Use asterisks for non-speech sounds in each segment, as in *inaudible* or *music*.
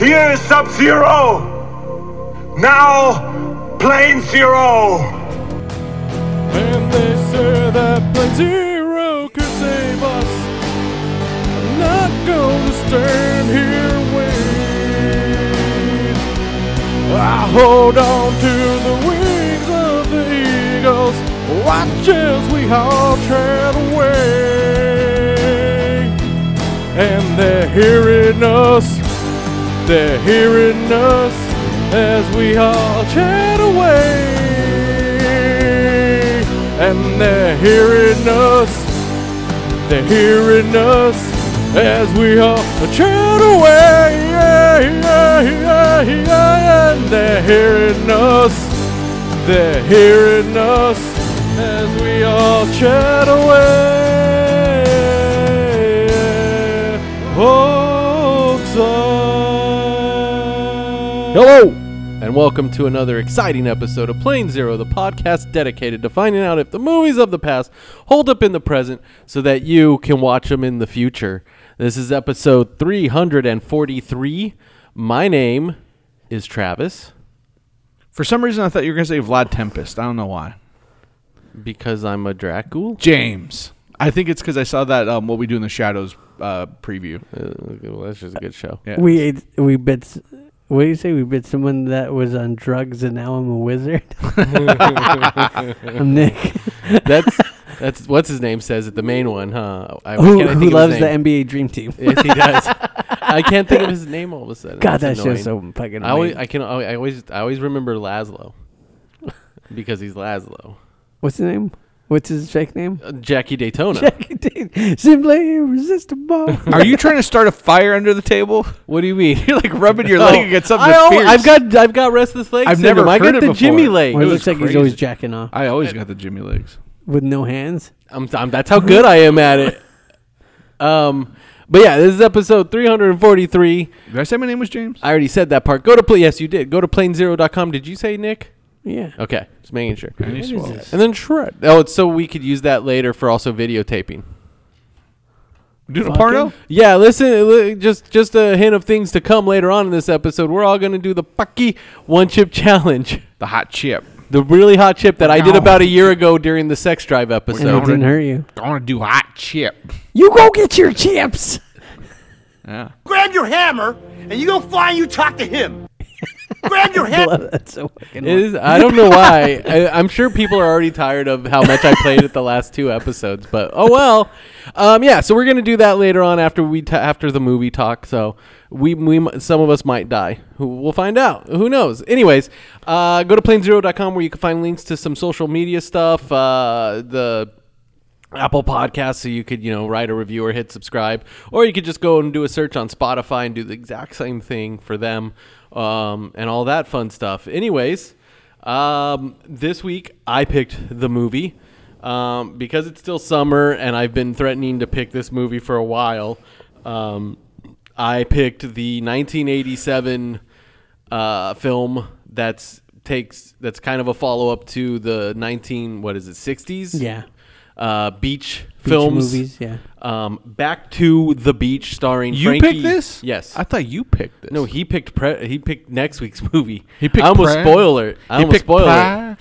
Years Sub Zero! Now, Plane Zero! And they say that Plan Zero could save us. I'm not gonna stand here and wait. I hold on to the wings of the eagles. Watch as we all tread away. And they're hearing us. They're hearing us as we all chat away. And they're hearing us. They're hearing us as we all chat away. Yeah, yeah, yeah, yeah. And they're hearing us. They're hearing us as we all chat away. Hello, and welcome to another exciting episode of Plane Zero, the podcast dedicated to finding out if the movies of the past hold up in the present so that you can watch them in the future. This is episode 343. My name is Travis For some reason, I thought you were going to say Vlad Tempest. I don't know why. because I'm a Dracul. James. I think it's because I saw that um, What We Do in the Shadows *laughs* uh, preview. Uh, well, that's just a good show. Yeah. We ate, we bit. s- What do you say? We bit someone that was on drugs, and now I'm a wizard. *laughs* *laughs* I'm Nick, *laughs* That's that's what's his name says it. The main one, huh? I, who, can't I who think of his loves the name. NBA Dream Team. *laughs* Yes, he does. I can't think of his name all of a sudden. God, that That's show's annoying. so fucking. I always, amazing. I can, I always, I always remember *laughs* Laszlo because he's Laszlo. What's his name? What's his fake name? *laughs* Uh, Jackie Daytona. Jackie Dean. Simply *laughs* irresistible. Are you trying to start a fire under the table? *laughs* What do you mean? You're like rubbing your Oh, leg against something. I I, al- I've got, I've got restless legs. I've syndrome. never I heard got it the Jimmy before. leg. Or it was looks like he's always crazy. jacking off I always got the Jimmy legs. with no hands. I'm, I'm, that's how good I am at it. Um, but yeah, this is episode 343. Did I say my name was James? I already said that part. Go to play. Yes, you did. Go to planezero.com. Did you say Nick? Yeah. Okay, just making sure. I need to swallow. And then shred. Oh, it's so we could use that later for also videotaping. Doing a porno? Yeah, listen, li- just just a hint of things to come later on in this episode. We're all going to do the Pucky One Chip *laughs* Challenge. The hot chip. The really hot chip that I did Ow. about a year ago during the sex drive And it episode. didn't hurt you. I want to do hot chip. You go get your chips. *laughs* Yeah. grab your hammer and you go fly and you talk to him. grab *laughs* your I hammer. love that so fucking. It is, I don't know why. I, I'm sure people are already tired of how much I played it the last two episodes, but oh well. Um, yeah, so we're gonna do that later on after we ta after the movie talk. So we, we m- some of us might die. Who We'll find out. Who knows? Anyways, uh, go to planezero.com where you can find links to some social media stuff. Uh, the Apple Podcasts, so you could you know write a review or hit subscribe, or you could just go and do a search on Spotify and do the exact same thing for them, um, and all that fun stuff. Anyways, um, this week I picked the movie um, because it's still summer and I've been threatening to pick this movie for a while. Um, I picked the 1987 uh, film that's takes that's kind of a follow up to the 19 what is it 60s Yeah. uh, beach, Beach films. movies, yeah. Um, Back to the Beach, starring You Frankie. picked this? Yes. I thought you picked this. no, he picked pre- he picked next week's *laughs* movie. He picked I almost Prey? spoil it. I He almost picked spoil it. pie.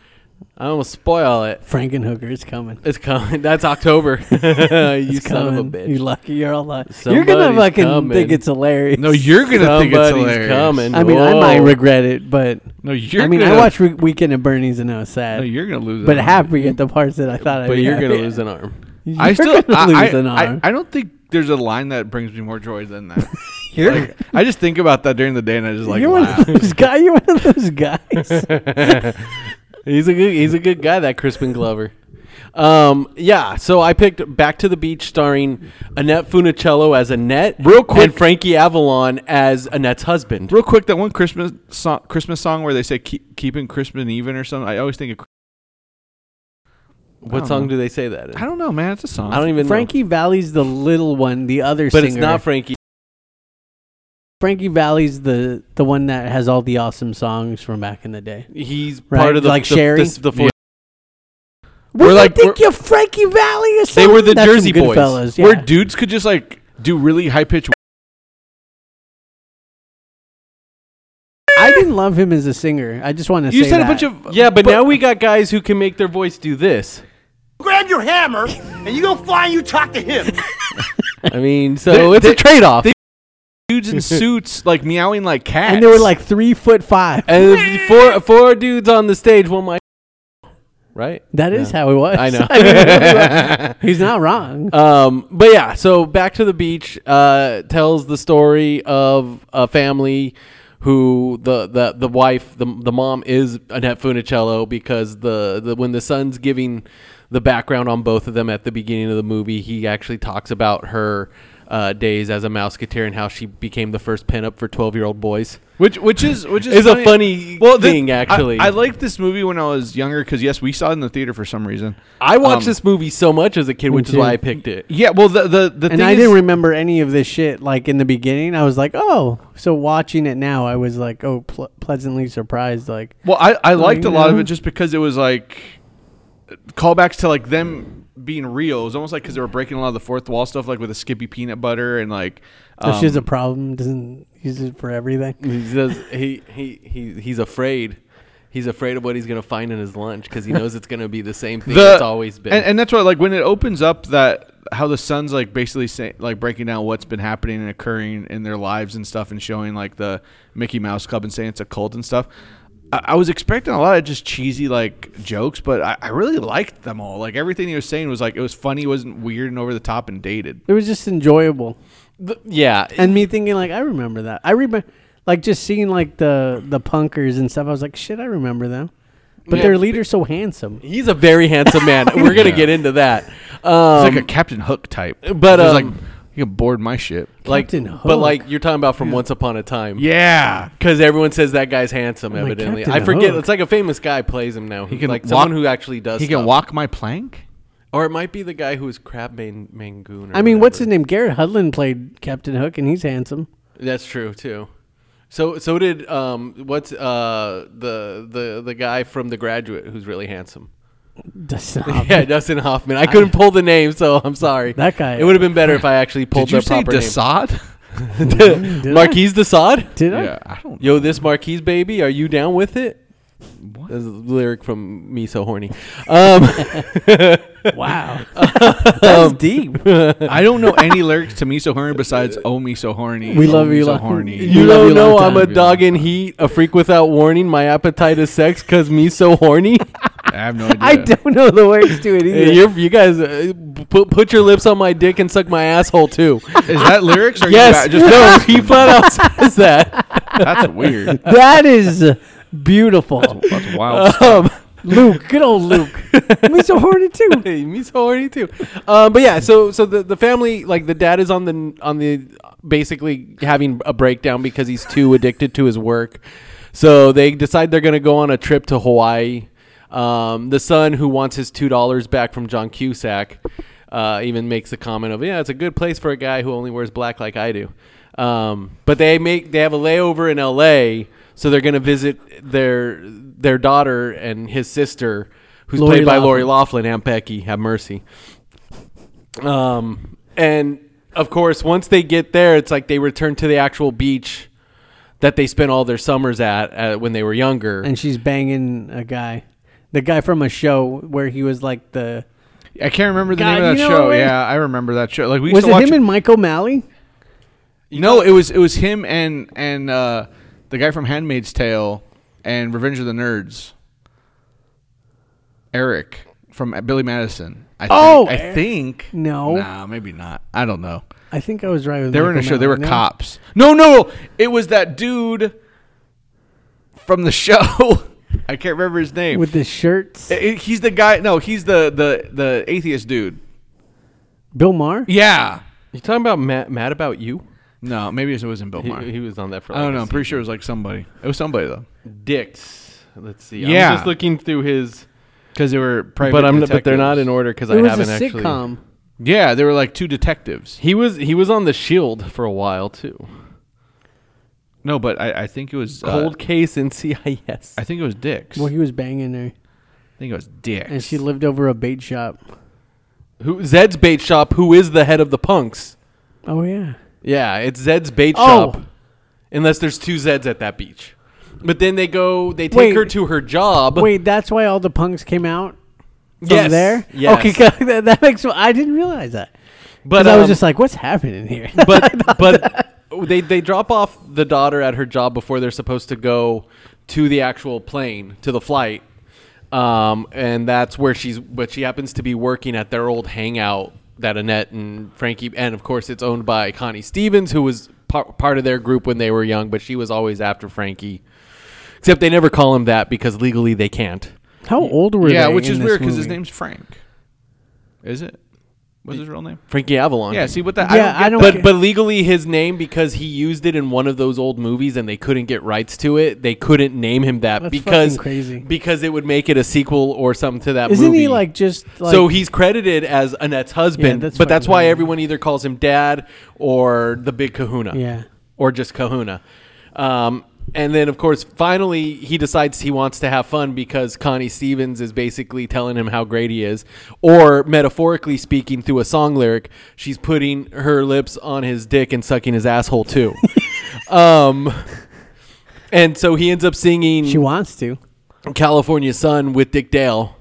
I almost spoil it. Frankenhooker is coming. It's coming. *laughs* That's October. you It's son of a coming. You bitch. lucky you're alive. you're gonna Somebody's fucking coming. think it's hilarious. No, you're going to think it's Somebody's hilarious. coming. *laughs* I mean, I might Whoa. regret it, but No, you're I mean, gonna, I watched Re- Weekend at Bernie's and I was sad, No, you're going to lose but it. happy at the parts that I thought. I'd But be you're gonna happy. lose an arm. *laughs* You're I still I, gonna I, lose an I- arm. I don't think there's a line that brings me more joy than that. *laughs* You're, Like, I just think about that during the day and I just like *laughs* you're one laugh. of those guys. You're one of those guys. He's a good he's a good guy, that Crispin Glover. Um, yeah, so I picked Back to the Beach starring Annette Funicello as Annette Real quick- and Frankie Avalon as Annette's husband. Real quick, that one Christmas song, Christmas song where they say keep, keeping Christmas even or something. I always think of. I What don't song know. do they say that in? I don't know, man. It's a song. I don't even know. Frankie Valley's the little one, the other But singer. it's not Frankie. Frankie Valley's the the one that has all the awesome songs from back in the day. He's Right, part of the like the, Sherry? The, the four- We're like- like, we're- think you're Frankie Valley or something. They were the That's from Jersey Boys. Goodfellas, Where yeah. dudes could just like do really high pitched didn't love him as a singer. I just want to. You say said a that. bunch of Yeah, but, *laughs* now we got guys who can make their voice do this. Grab your hammer, and you go fly and you talk to him. I mean, so They- it's they- a trade off. dudes in suits like meowing like cats. and they were like three foot five. And four four dudes on the stage, one mic. Right? That is how it was. I *laughs* know. mean, it really *laughs* was. he's not wrong. Uh, Um, but yeah, so back to the beach uh, tells the story of a family who the the, the wife the, the mom is Annette Funicello because the, the when the son's giving the background on both of them at the beginning of the movie, he actually talks about her uh, days as a mouseketeer and how she became the first pinup for twelve year old boys. Which which is which is It's a funny thing, I- actually. I, liked this movie when I was younger because yes, we saw it in the theater for some reason. I watched Um, this movie so much as a kid, which is too. why I picked it. Yeah, well the the, the And thing I is, didn't remember any of this shit. Like in the beginning, I was like, "Oh." So watching it now, I was like, "Oh," ple- pleasantly surprised. Like, well I, I liked a lot of know? it just because it was like callbacks to like them being real. It was almost like because they were breaking a lot of the fourth wall stuff, like with the Skippy peanut butter and like if um, she has a problem, doesn't use it for everything. He says he, he he he's afraid. He's afraid of what he's gonna find in his lunch because he knows it's gonna be the same thing the- it's always been. And, and that's why, like, when it opens up that how the son's like basically say, like breaking down what's been happening and occurring in their lives and stuff, and showing like the Mickey Mouse Club and saying it's a cult and stuff. I, I was expecting a lot of just cheesy like jokes, but I, I really liked them all. Like everything he was saying was like it was funny, it wasn't weird and over the top and dated. It was just enjoyable. Th- yeah, and me thinking like I remember that. I remember like just seeing like the the punkers and stuff. I was like, shit, I remember them. But Yeah. their leader's so handsome. he's a very handsome man. We're gonna get into that. Um, It's like a Captain Hook type, but, It's like um, you can board my ship. like- Captain but Hook. like you're talking about from Once Upon a Time. Yeah, Because everyone says that guy's handsome, evidently. Captain I forget. Hook. It's like a famous guy plays him now. He can can like walk- someone who actually does. he can stuff. walk my plank. or it might be the guy who is Crab Man- Mangoon. Or I mean, what's whatever. his name? Garrett Hudlin played Captain Hook, and he's *laughs* handsome. That's true too. So so did um what's uh the the the guy from The Graduate who's really handsome. *laughs* *laughs* Stop. Yeah, Dustin Hoffman. I couldn't pull the name, so I'm sorry. That guy- It would have been better if I actually pulled Did you their say proper *laughs* Desaad? name. Marquise Desaad. Did I? yeah, I don't. Yo, this Marquise baby, are you down with it? That's a lyric from me so horny. Um, Wow, that's deep. I don't know any lyrics to "Me So Horny" besides "Oh Me So Horny." We oh, love me you, so lo- horny. you you love don't you know long I'm a time. dog in heat, a freak without warning. My appetite is sex, cause me so horny. I have no idea. *laughs* I don't know the words to *laughs* it either. You're, you guys uh, put put your lips on my dick and suck my asshole too. Is that lyrics or yes, You no, *laughs* he flat out says that. no. That's *laughs* weird. That is beautiful, That's wild. Um, Luke. Good old Luke. *laughs* Me so horny too. Hey, me so horny too. Um, but yeah, so so the, the family like the dad is on the on the basically having a breakdown because he's too addicted to his work. So they decide they're going to go on a trip to Hawaii. Um, the son who wants his two dollars back from John Cusack uh, even makes the comment of, "Yeah, it's a good place for a guy who only wears black like I do." Um, but they make they have a layover in L.A. So they're going to visit their their daughter and his sister, who's Lori played by Loughlin. Lori Laughlin, Aunt Becky, have mercy. Um, and of course, once they get there, it's like they return to the actual beach that they spent all their summers at uh, when they were younger. And she's banging a guy, the guy from a show where he was like the I can't remember the God, name of that you know show. what? Yeah, I remember that show. Like we used was to it watch. him and Mike O'Malley? no, it was it was him and and uh, the guy from *Handmaid's Tale* and *Revenge of the Nerds*. Eric from Billy Madison. I Oh, think, I Eric. think No. nah, maybe not. I don't know. I think I was right. With They were in a Michael show. They were Malley, no? cops. No, no, it was that dude from the show. *laughs* I can't remember his name. with the shirts. I- I- he's the guy. No, he's the the the atheist dude. Bill Maher. Yeah. you talking about mad, mad about you? No, maybe it wasn't Bill He, Maher. he was on that for. I Like don't a know. I'm pretty sure it was like somebody. It was somebody though, season. Dicks. Let's see. Yeah. I'm just looking through his, because they were private. but I'm but they're not in detectives. order because I It was haven't a actually. sitcom. Yeah, they were like two detectives. He was he was on the Shield for a while too. No, but I, I think it was uh, Cold case in CIS. I think it was Dix. Well, he was banging her, I think it was Dix. and she lived over a bait shop. Who Zed's bait shop? Who is the head of the punks? Oh yeah, Yeah, it's Zed's bait Oh. shop. Unless there's two Zeds at that beach. But then they go, they take Wait. her to her job. Wait, that's why all the punks came out from Yes, there. yes. Okay, good. *laughs* that, that makes. I didn't realize that. but But I was um, just like, what's happening here? *laughs* *laughs* but but they they drop off the daughter at her job before they're supposed to go to the actual plane to the flight um and that's where she's but she happens to be working at their old hangout that Annette and Frankie and of course it's owned by Connie Stevens who was par- part of their group when they were young but she was always after Frankie except they never call him that because legally they can't How old were yeah, they? which in is this weird because his movie? name's Frank. Is it? What's his real name? Frankie Avalon Yeah. See what that? Yeah, I I don't don't. but Okay. but legally his name because he used it in one of those old movies and they couldn't get rights to it. They couldn't name him that That's because fucking crazy. because it would make it a sequel or something to that Isn't movie. he like just like? so he's credited as Annette's husband, that's but that's fucking why crazy. everyone either calls him Dad or the Big Kahuna, Yeah. or just Kahuna. Um, and then, of course, finally he decides he wants to have fun because Connie Stevens is basically telling him how great he is, or metaphorically speaking, through a song lyric, she's putting her lips on his dick and sucking his asshole *laughs* too. um, and so he ends up singing. she wants to. California Sun with Dick Dale,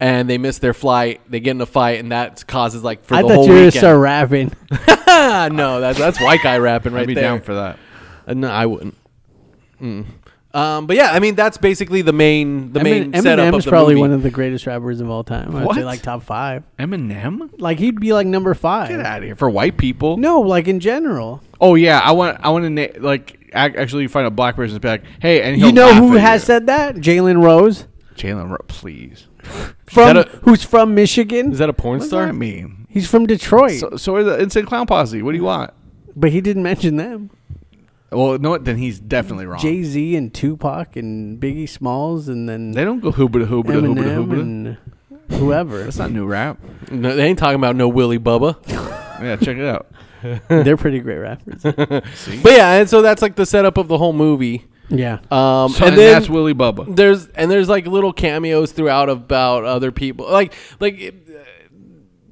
and they miss their flight. They get in a fight, and that causes like for I the thought whole you were gonna weekend. start rapping. *laughs* Ah, no, that's that's white guy rapping right I'd be there. down for that. Uh, no, I wouldn't. Mm. Um, but yeah, I mean that's basically the main the main Emin- setup Eminem's of the probably movie. one of the greatest rappers of all time. I'd say What? like top five. Eminem? Like he'd be like number five. Get out of here for white people. No, like in general. Oh yeah, I want. I want to na- like ac- actually find a black person to be like, hey, and he'll you know laugh who at has you. said that? Jalen Rose Jalen, Ro- please. from that a- who's from Michigan. Is that a porn What's star? that mean? He's from Detroit, So, so are the insane clown posse. What do you want? but he didn't mention them. Well, no, then he's definitely wrong. Jay Z and Tupac and Biggie Smalls and then They don't go hoobada hoobada hoobada Eminem hoobada. and *laughs* whoever. That's not new rap. No, they ain't talking about no Willy Bubba. Yeah, check it *laughs* out. They're pretty *laughs* great rappers. but yeah, and so that's like the setup of the whole movie. yeah. Um, So, and, and then that's Willy Bubba. there's and there's like little cameos throughout about other people like like it-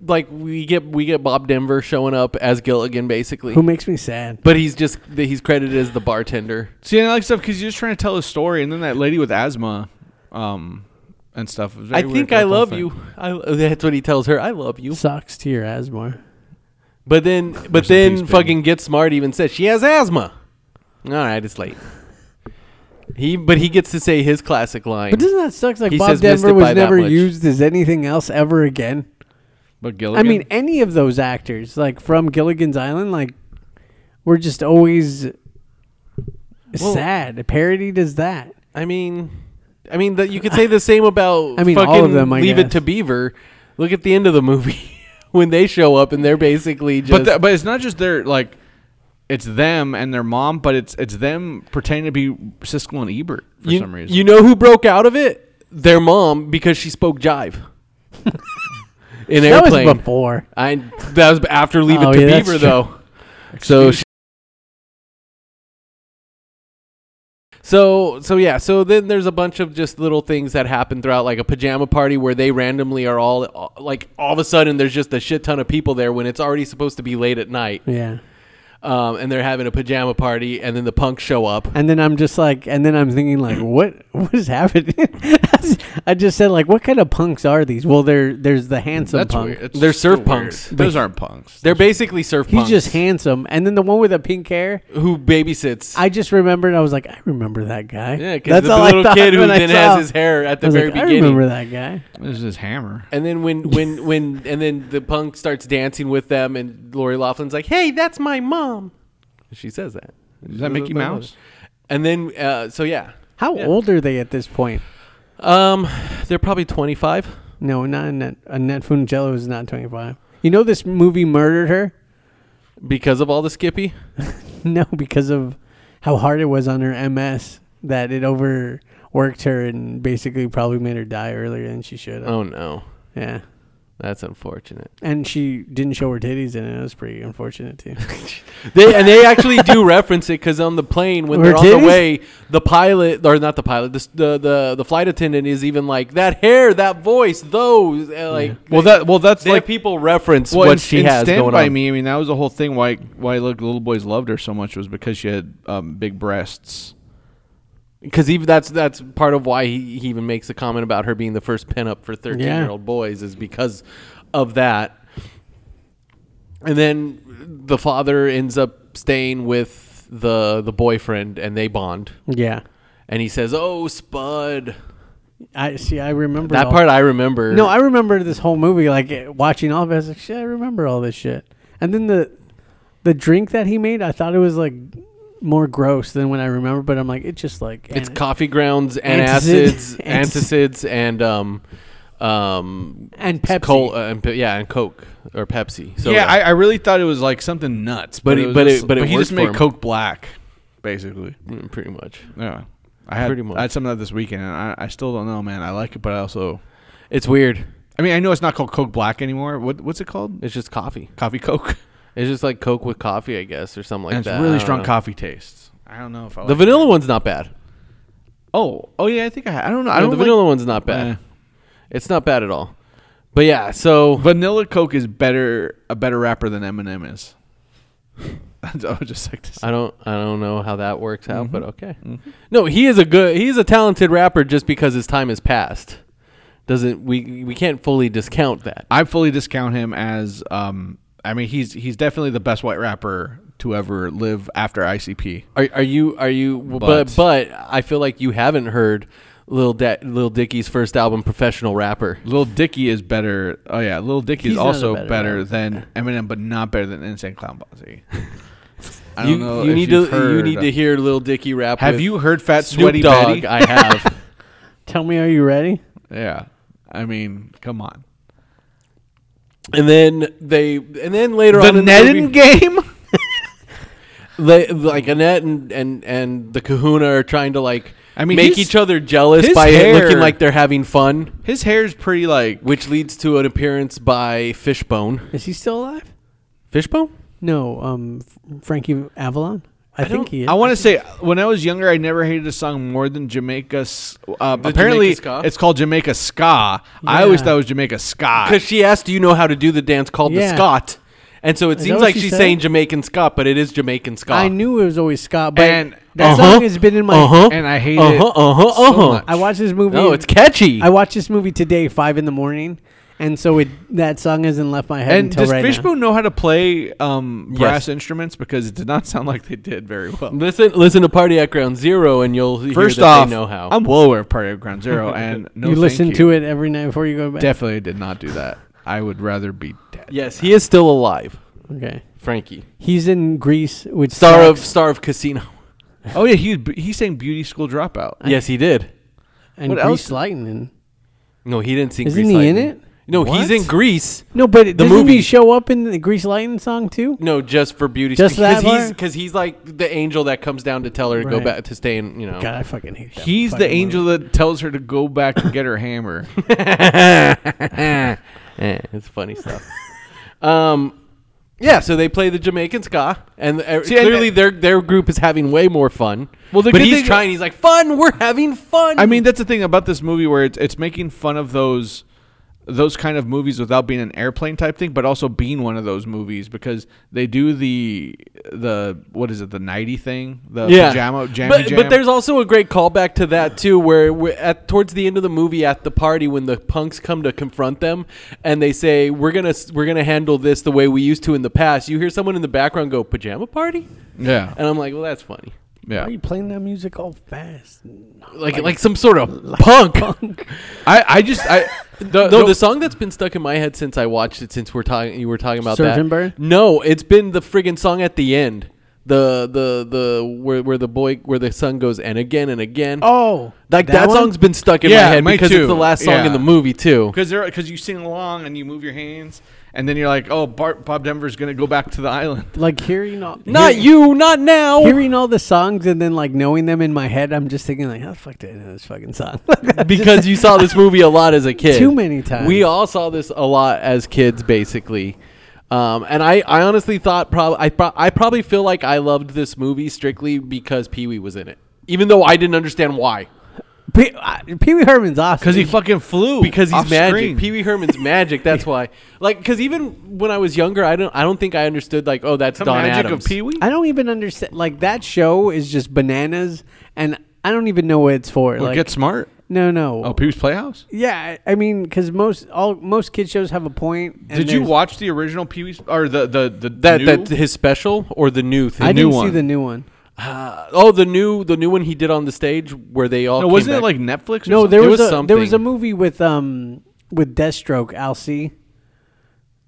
like we get we get bob denver showing up as gilligan basically Who makes me sad? but he's just he's credited as the bartender See, and I like stuff because you're just trying to tell a story, and then that lady with asthma, um, and stuff. It was i very weird, think that i whole love thing. you I, that's what he tells her i love you Sucks to your asthma. but then but Rest in then peace, baby. fucking get smart even says she has asthma all right it's late he but he gets to say his classic line But doesn't that suck? Like He Bob says missed Denver it by was that never much. used as anything else ever again. But I Gilligan. mean, any of those actors, like from Gilligan's Island, like we're just always sad. Parodied as that. I mean, I mean that you could *laughs* say the same about. I mean, all fucking of them, I leave it guess. to Beaver. Look at the end of the movie *laughs* when they show up and they're basically just. but that, but it's not just their like, it's them and their mom, but it's it's them pretending to be Siskel and Ebert for you, some reason. you know who broke out of it? Their mom because she spoke *laughs* jive. In That airplane. was before. I that was after Leave Oh, It to yeah, that's Beaver true. though. So she, So so yeah, so then there's a bunch of just little things that happen throughout like a pajama party where they randomly are all uh, like all of a sudden there's just a shit ton of people there when it's already supposed to be late at night. Yeah. Um, and they're having a pajama party and then the punks show up. And then I'm just like, and then I'm thinking like, what what is happening? *laughs* I just said like, what kind of punks are these? Well, there there's the handsome That's punk. weird. It's They're so surf punks. Weird. Those aren't punks. They're basically surf He's punks just handsome, and then the one with the pink hair. who babysits. I just remembered. I was like, I remember that guy. yeah, because the little kid who then has his hair at I the was very like, I beginning. remember that guy. This is his hammer. And then when when when and then the punk starts dancing with them, and Lori Laughlin's like, "Hey, that's my mom." She says that. Is that Mickey Mouse? And then uh, so yeah, How old are they at this point? um, they're probably twenty five. No, not uh, Annette. Annette Funicello is not 25. You know this movie murdered her? Because of all the Skippy, *laughs* No, because of how hard it was on her MS that it overworked her and basically probably made her die earlier than she should have. oh no, Yeah. that's unfortunate. And she didn't show her titties in it. It was pretty *laughs* unfortunate too. They and they actually *laughs* do reference it because on the plane when Her they're on titties? the way, the pilot or not the pilot, the s- the the, the flight attendant is even like that hair, that voice, those uh, like. Well, that well, that's they like have people reference well, what in- she in has Stand going by on. Me. I mean, that was the whole thing. Why why like, little boys loved her so much was because she had um, big breasts. because even that's that's part of why he, he even makes a comment about her being the first pinup for thirteen Yeah. year old boys is because of that. And then the father ends up staying with the the boyfriend, and they bond. Yeah. And he says, "Oh, Spud." I see. I remember That all- part I remember. No, I remember this whole movie, like eh, watching all of it. I was like, shit, I remember all this shit. And then the the drink that he made, I thought it was like more gross than when I remember, but I'm like, it's just like it's an- coffee grounds, antacids, Antacid- antacids, and um, um, and Pepsi. Col- uh, and, Pe- yeah, and Coke or Pepsi. So yeah, I, I really thought it was like something nuts, But but it- was but it- just- but it he worked just for made him. Coke black, basically. Mm, pretty much. Yeah, I had Pretty much. I had some of that this weekend, and I, I still don't know, man. I like it, but I also, It's weird. I mean, I know it's not called Coke Black anymore. What what's it called? It's just coffee. Coffee Coke. It's just like Coke with coffee, I guess, or something like *laughs* and that. it's I really don't strong know. coffee taste. I don't know if I like The vanilla one's not bad. Oh, oh yeah, I think I. I don't know. I No, don't the like- vanilla one's not bad. Eh. It's not bad at all. But yeah, so Vanilla Coke is better a better rapper than Eminem is. *laughs* That's I would just like to say. I don't I don't know how that works out, Mm-hmm. but okay. No, he is a good he's a talented rapper just because his time has passed. Doesn't we we can't fully discount that. I fully discount him as. Um, I mean, he's he's definitely the best white rapper to ever live after ICP. Are are you are you well, but But- but, I feel like you haven't heard Lil da- Lil Dicky's first album Professional Rapper. Lil Dicky is better. Oh yeah, Lil Dicky He's is not a also better better, rapper. than Eminem, but not better than Insane Clown *laughs* Posse. I don't You, know. you if need to you've heard- you need to hear Lil Dicky rap. Have with you heard Fat Snoop Sweaty Dogg? Betty? I *laughs* have. Tell me, are you ready? yeah, I mean, come on. And then they, and then later The on, in the Nedden movie, game. *laughs* they, like Annette and, and and the Kahuna are trying to like, I mean, make his- each other jealous his by hair- looking like they're having fun, His hair's pretty like which leads to an appearance by Fishbone. Is he still alive? Fishbone? No, um, F- Frankie Avalon. I, think he is. I want to say when I was younger, I never hated a song more than Jamaica. s- Uh, apparently, Jamaica ska? it's called Jamaica ska. I always Yeah. thought it was Jamaica ska. Because she asked, "Do you know how to do the dance called the Yeah. Scot?" And so it that seems what like she she's said? saying Jamaican Scot, but it is Jamaican Scot. I knew it was always Scott, but And- that Uh-huh, song has been in my. uh-huh, and I hate uh-huh, it. uh-huh, so uh-huh. much. I watched this movie. No, and- it's catchy. I watched this movie today, five in the morning, and so it that song hasn't left my head And until does right Fishbone know how to play um, Yes. brass instruments? Because it did not *laughs* sound like they did very well. listen, listen to Party at Ground Zero, and you'll hear First that off, they know how. I'm well aware of Party of *laughs* Ground Zero, and no, now. You thank listen you. to it every night before you go to bed. Definitely did not do that. I would rather be dead. yes, he is still alive, okay. Frankie, He's in Greece, which star sucks, of star of Casino. Oh yeah, he he sang Beauty School Dropout. Yes, he did. and what Grease else? Lightning. No, he didn't sing. Isn't Grease he Lightning. in it? No, he's in What? Greece. No, but doesn't movie. he show up in the Grease Lightning song too? No, just for beauty. Just that because he's part? because he's like the angel that comes down to tell her to go Right. back to stay in. You know, God, I fucking hate that. He's the fucking angel that tells her to go back and get her hammer. Eh, it's funny stuff. *laughs* um, yeah. So they play the Jamaican ska, and uh, and- clearly their their group is having way more fun. Well, the but good he's thing- trying. He's like, fun. We're having fun. I mean, that's the thing about this movie where it's it's making fun of those those kind of movies without being an airplane type thing, but also being one of those movies because they do the the what is it the nighty thing the pajama jammy but, jam. but there's also a great callback to that too, where we're at towards the end of the movie at the party when the punks come to confront them, and they say we're gonna we're gonna handle this the way we used to in the past. You hear someone in the background go pajama party, yeah and I'm like, well, that's funny, Why yeah. are you playing that music all fast? like like, some sort of punk. *laughs* I I just I the, No, the song that's been stuck in my head since I watched it, since we're talking, you were talking about Surf that. and Burn? No, it's been the friggin' song at the end, the the the where where the boy where the son goes and again and again. Oh, Like that, one? song's been stuck in Yeah, my head me because it's too. the last song Yeah. in the movie too. because they're because you sing along and you move your hands and then you're like oh Bart, Bob Denver's gonna go back to the island. Like hearing all Not hear- you, not now. Hearing all the songs and then like knowing them in my head, I'm just thinking like, how the fuck did I know this fucking song? *laughs* because you saw this movie a lot as a kid. Too many times. We all saw this a lot as kids, basically. Um, and I, I honestly thought probably I, pro- I probably feel like I loved this movie strictly because Pee Wee was in it, even though I didn't understand why. Pee I- Pee Wee Herman's awesome. Because he fucking flew Because he's off magic. screen. Pee Wee *laughs* Herman's magic. That's why. Like, because even when I was younger, I don't I don't think I understood like, oh, that's the Don magic Adams. of Pee Wee. I don't even understand. Like that show is just bananas, and I don't even know what it's for. Or like, Get Smart. no, no. Oh, Peeps Playhouse. Yeah, I I mean, because most all most kid shows have a point. And Did you there's- watch the original Pee Wee's or the the the That new? that his special or the new thing? I new didn't see one? the new one. oh, the new the new one he did on the stage where they all no, came wasn't it back. like Netflix? Or No, something? there It was, was a there was a something. movie with um with Deathstroke, Alcy.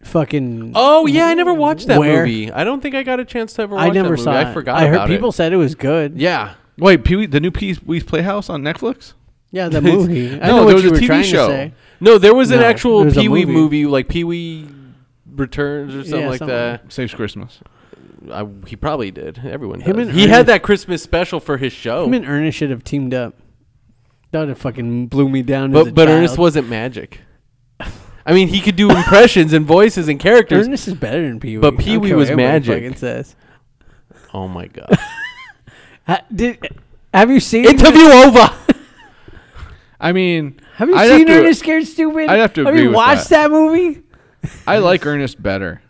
Fucking Oh yeah, I never watched that Where? movie. I don't think I got a chance to ever. watch I that never movie. saw. I it. forgot. I heard about people It. said it was good. Yeah, Wait, Pee Wee, the new Pee Wee's Playhouse on Netflix. yeah, the *laughs* movie. I No, know there what was you a were TV trying show. to say. no, there was an No, it actual was a Pee Wee movie. movie. like Pee Wee Returns or something Yeah, like something that. Saves Christmas. I, he probably did. Everyone. Him does. and he Ernest- had that Christmas special for his show, Him and Ernest should have teamed up. That would have fucking blew me down. as a but but Ernest child. wasn't *laughs* magic. I mean, he could do impressions and voices and characters. Ernest is better than Pee Wee. But Pee Wee was magic. It says. Oh my *laughs* god! Ha- did have you seen Interview over. I mean, Have you I'd seen have to- Ernest Scared Stupid? I'd have to Have agree you with watched that, movie? I like Ernest better.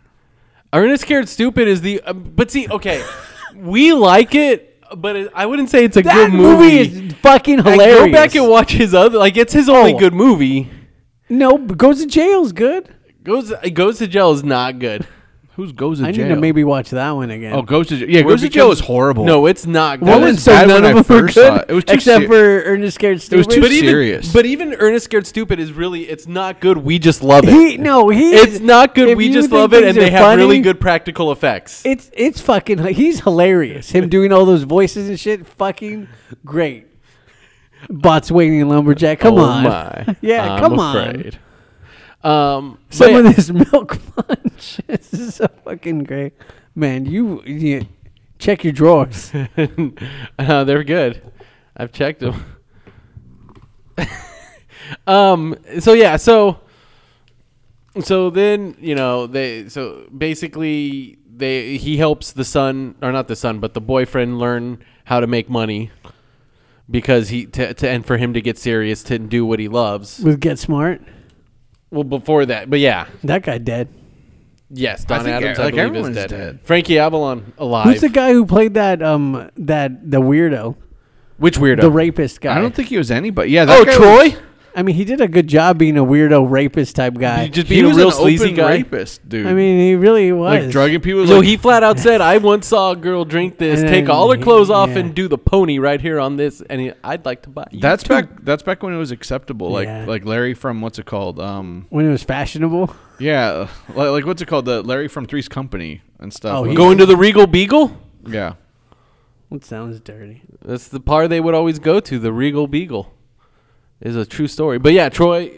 Ernest Scared Stupid is the. um, but see, okay, we like it, but it, I wouldn't say it's a That good movie is fucking Like, hilarious. Go back and watch his other. Like it's his only Oh. good movie. No, but Goes to Jail's good. Goes Goes to Jail is not good. Who's goes to I jail? need to maybe watch that one again. oh, goes to jail. Yeah, Where goes to jail becomes- is horrible. No, it's not good. That was bad when I first saw it. It was too except ser- for Ernest Scared Stupid. too but even, serious. But even Ernest Scared Stupid is really it's not good. We just love it. he no he. it's not good. if We you just think love it, and things are they have really funny, good practical effects. It's it's fucking. He's hilarious. Him doing all those voices and shit. Fucking great. Botswanian lumberjack. Come oh on. my! *laughs* Yeah, I'm come on. afraid. on. Um, but Some yeah. of this *laughs* milk punch *laughs* is so fucking great, man. You, you check *laughs* your drawers. uh, they're good. I've checked them. *laughs* um. So yeah. So. So then you know they so basically they he helps the son or not the son but the boyfriend learn how to make money because he to, to and for him to get serious to do what he loves. With Get Smart, Well, before that, but yeah, that guy dead. yes, Don think Adams. e- like I believe everyone's is dead. dead. Frankie Avalon alive. Who's the guy who played that? Um, that the weirdo, Which weirdo? the rapist guy. I don't think he was anybody. Yeah, that oh, guy Troy. I mean, he did a good job being a weirdo rapist type guy. He just was, being he a was real an sleazy open guy. rapist, dude. I mean, he really was. like drugging people. So like, he flat out said, "I once saw a girl drink this, And take all her then clothes he- off, yeah. and do the pony right here on this." And he, I'd like to buy. You That's too." back. That's back when it was acceptable. Like Yeah. like Larry from what's it called? Um, when it was fashionable. yeah, like, like what's it called? The Larry from Three's Company and stuff. Oh, Like, he- Going to the Regal Beagle. yeah. That sounds dirty. That's the bar they would always go to. The Regal Beagle is a true story. But yeah, Troy.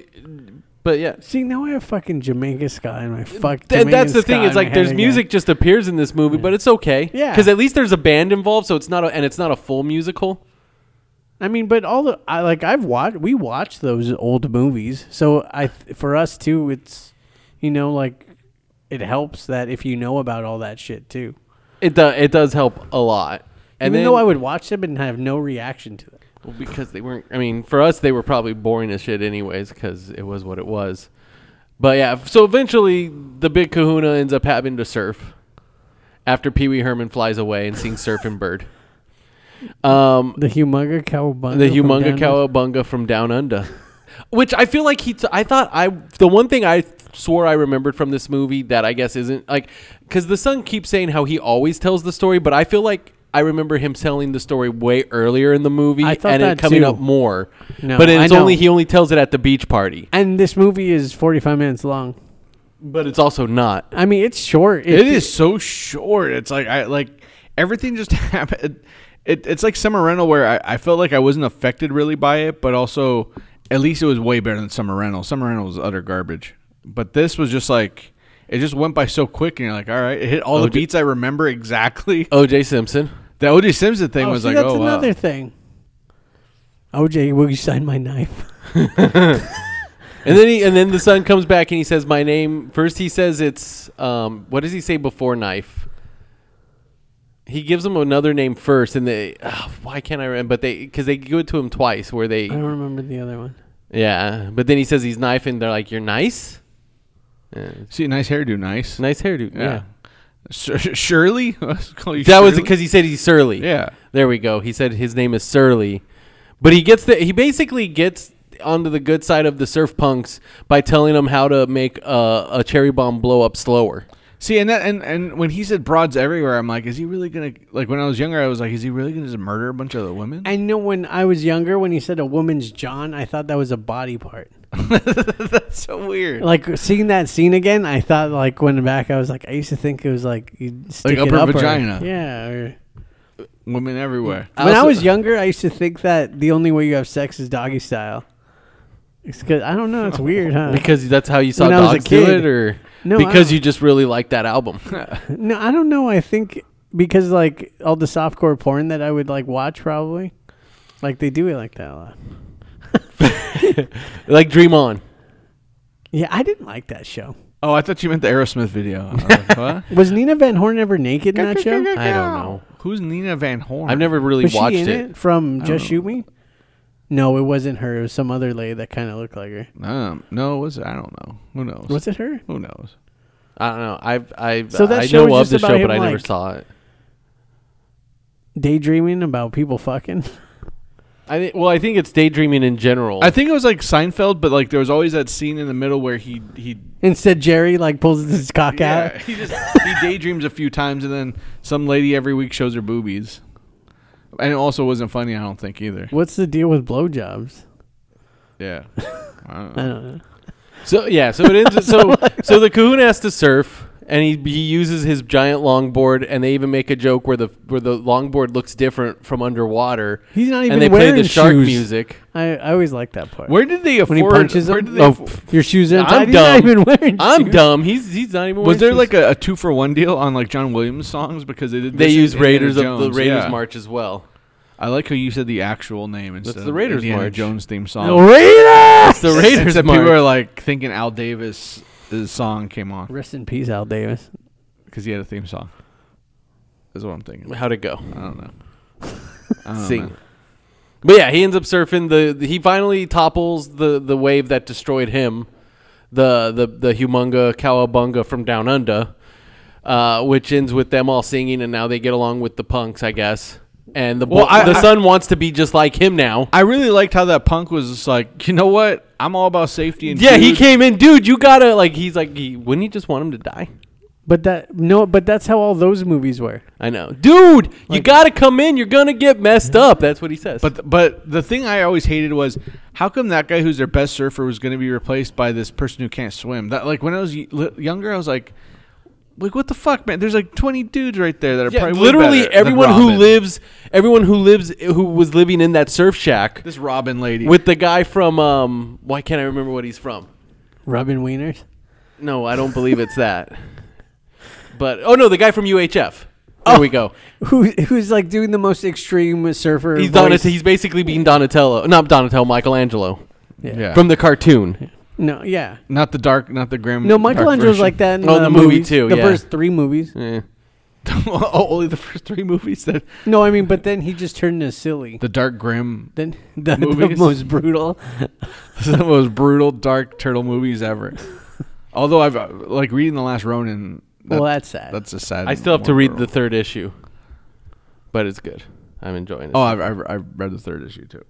But yeah, See, now I have fucking Jamaica Sky in my fuck. Th- Jamaican that's the thing. ska It's in my like head there's again. music just appears in this movie, but it's okay. Yeah. because at least there's a band involved, so it's not a, and it's not a full musical. I mean, but all the I like I've watched we watched those old movies, so I th- for us too, it's you know like it helps that if you know about all that shit too. It do, it does help a lot. And And Even then, though I would watch them and have no reaction to it. Well, because they weren't. I mean, for us, they were probably boring as shit, anyways, because it was what it was. But yeah, so eventually, the big Kahuna ends up having to surf after Pee Wee Herman flies away and sings "Surf and Bird." Um, The humunga cowabunga. the from humunga down cowabunga from down under, which I feel like he. T- I thought I the one thing I swore I remembered from this movie that I guess isn't like because the son keeps saying how he always tells the story, but I feel like. I remember him telling the story way earlier in the movie I thought and that it coming too. up more. No, but I it's know. only he only tells it at the beach party. there. And this movie is forty five minutes long. But it's also not. I mean, it's short. It is so short. It's like I like everything just *laughs* happened. It, it's like Summer Rental where I, I felt like I wasn't affected really by it, but also at least it was way better than Summer Rental. Summer Rental was utter garbage, but this was just like it just went by so quick, and you're like, all right, it hit all the beats I *laughs* remember exactly. OJ Simpson. The O.J. Simpson thing Oh, was see, like, that's oh wow. another thing. OJ, will you sign my knife? And then he and then the son comes back and he says my name. First he says it's um what does he say before knife? He gives him another name first and they ah, why can't I remember but they cuz they give it to him twice where I don't they remember the other one. yeah, but then he says he's knife and they're like you're nice? See, nice hairdo, nice. Nice hairdo. Yeah. Yeah. Sur- Shirley, *laughs* Let's call you That was Shirley? because he said he's surly. Yeah. There we go. He said his name is Surly But he gets the he basically gets onto the good side of the surf punks by telling them how to make a, a cherry bomb blow up slower. See, and that, and and when he said broads everywhere, I'm like, is he really gonna like? When I was younger, I was like, is he really gonna just murder a bunch of *laughs* the women? I know when I was younger, when he said a woman's John, I thought that was a body part. That's so weird. Like seeing that scene again, I thought like when back, I was like, I used to think it was like you'd stick upper it up or- vagina. yeah. Or, Women everywhere. when I also- was younger, I used to think that the only way you have sex is doggy style. It's 'cause- I don't know. It's weird, huh? Because that's how you saw When I was a dogs do kid. it, or No, I because don't- you just really liked that album. *laughs* no, I don't know. I think because like all the softcore porn that I would like watch probably, like they do it like that a lot. like Dream On. Yeah, I didn't like that show. Oh, I thought you meant the Aerosmith video. I *laughs* was like, what? Was Nina Van Horn ever naked in that show? I don't know. Who's Nina Van Horn? I've never really Was she watched in it. it from Just Shoot Me? No, it wasn't her. It was some other lady that kind of looked like her. Um, no, was it? I don't know. Who knows? Was it her? Who knows? I don't know. I've I've So that I show know was of the just show, about but I him, never like- saw it. Daydreaming about people fucking. *laughs* I thi- well, I think it's daydreaming in general. I think it was like Seinfeld, but like there was always that scene in the middle where he he Instead, Jerry like pulls his cock yeah, out. he just he daydreams a few times, and then some lady every week shows her boobies. And it also wasn't funny, I don't think either. What's the deal with blowjobs? Yeah, *laughs* I don't I know. don't know. so. Yeah. So it ends. *laughs* so so the Coon has to surf, and he he uses his giant longboard, and they even make a joke where the where the longboard looks different from underwater. He's not even And they play the wearing shark shoes. music. I, I always like that part. Where did they afford? when he punches where him, did they oh, affo- pff, your shoes are I'm untied. dumb. He's not even wearing I'm shoes. dumb. He's he's not even. was there wearing like shoes. a, a two for one deal on like John Williams songs because they did? they this in use Indiana Raiders of the Jones, Raiders yeah. March as well? I like how you said the actual name instead the of Raiders Indiana March. Jones theme song. It's the Raiders *laughs* Except March. people are like thinking Al Davis' song came on Rest in peace, Al Davis. because he had a theme song. Is what I'm thinking. How'd it go? *laughs* I don't know. I don't Sing. know. But yeah, he ends up surfing the, the- he finally topples the the wave that destroyed him, the the the humunga cowabunga from down under, uh, which ends with them all singing and now they get along with the punks, I guess. And the bo- Well, I- the I- son wants to be just like him now. I really liked how that punk was just like, you know what? I'm all about safety and yeah, he food." came in, dude. You gotta like. He's like, he, wouldn't you just want him to die? But that no, but that's how all those movies were. I know, dude. you gotta come in. You're gonna get messed up. That's what he says. But but the thing I always hated was how come that guy who's their best surfer was going to be replaced by this person who can't swim? That like when I was y- li- younger, I was like, like what the fuck, man? There's like 20 dudes right there that are Yeah, probably way literally better than everyone who Robin. lives, everyone who lives, who was living in that surf shack This Robin lady with the guy from um why can't I remember what he's from? Robin Wieners. No, I don't believe it's that. But oh no, the guy from UHF. There Oh. we go. Who who's like doing the most extreme surfer? He's voice. Donat- he's basically being Donatello. Not Donatello, Michelangelo. Yeah. From the cartoon. no, yeah. not the dark, not the grim. No, dark Michelangelo's version. like that in Oh, the, the movie movies, too, The yeah. first three movies. Eh. oh, *laughs* only the first three movies that No, I mean, but then he just turned into silly. the dark grim, then *laughs* the, the Movies? most brutal. *laughs* *laughs* some of the most brutal dark turtle movies *laughs* ever. Although I've uh, like reading the last Ronin. well, that's sad. that's a sad. I still have to one read for- the third issue. But it's good. I'm enjoying it. Oh, I've, I've, I've read the third issue too.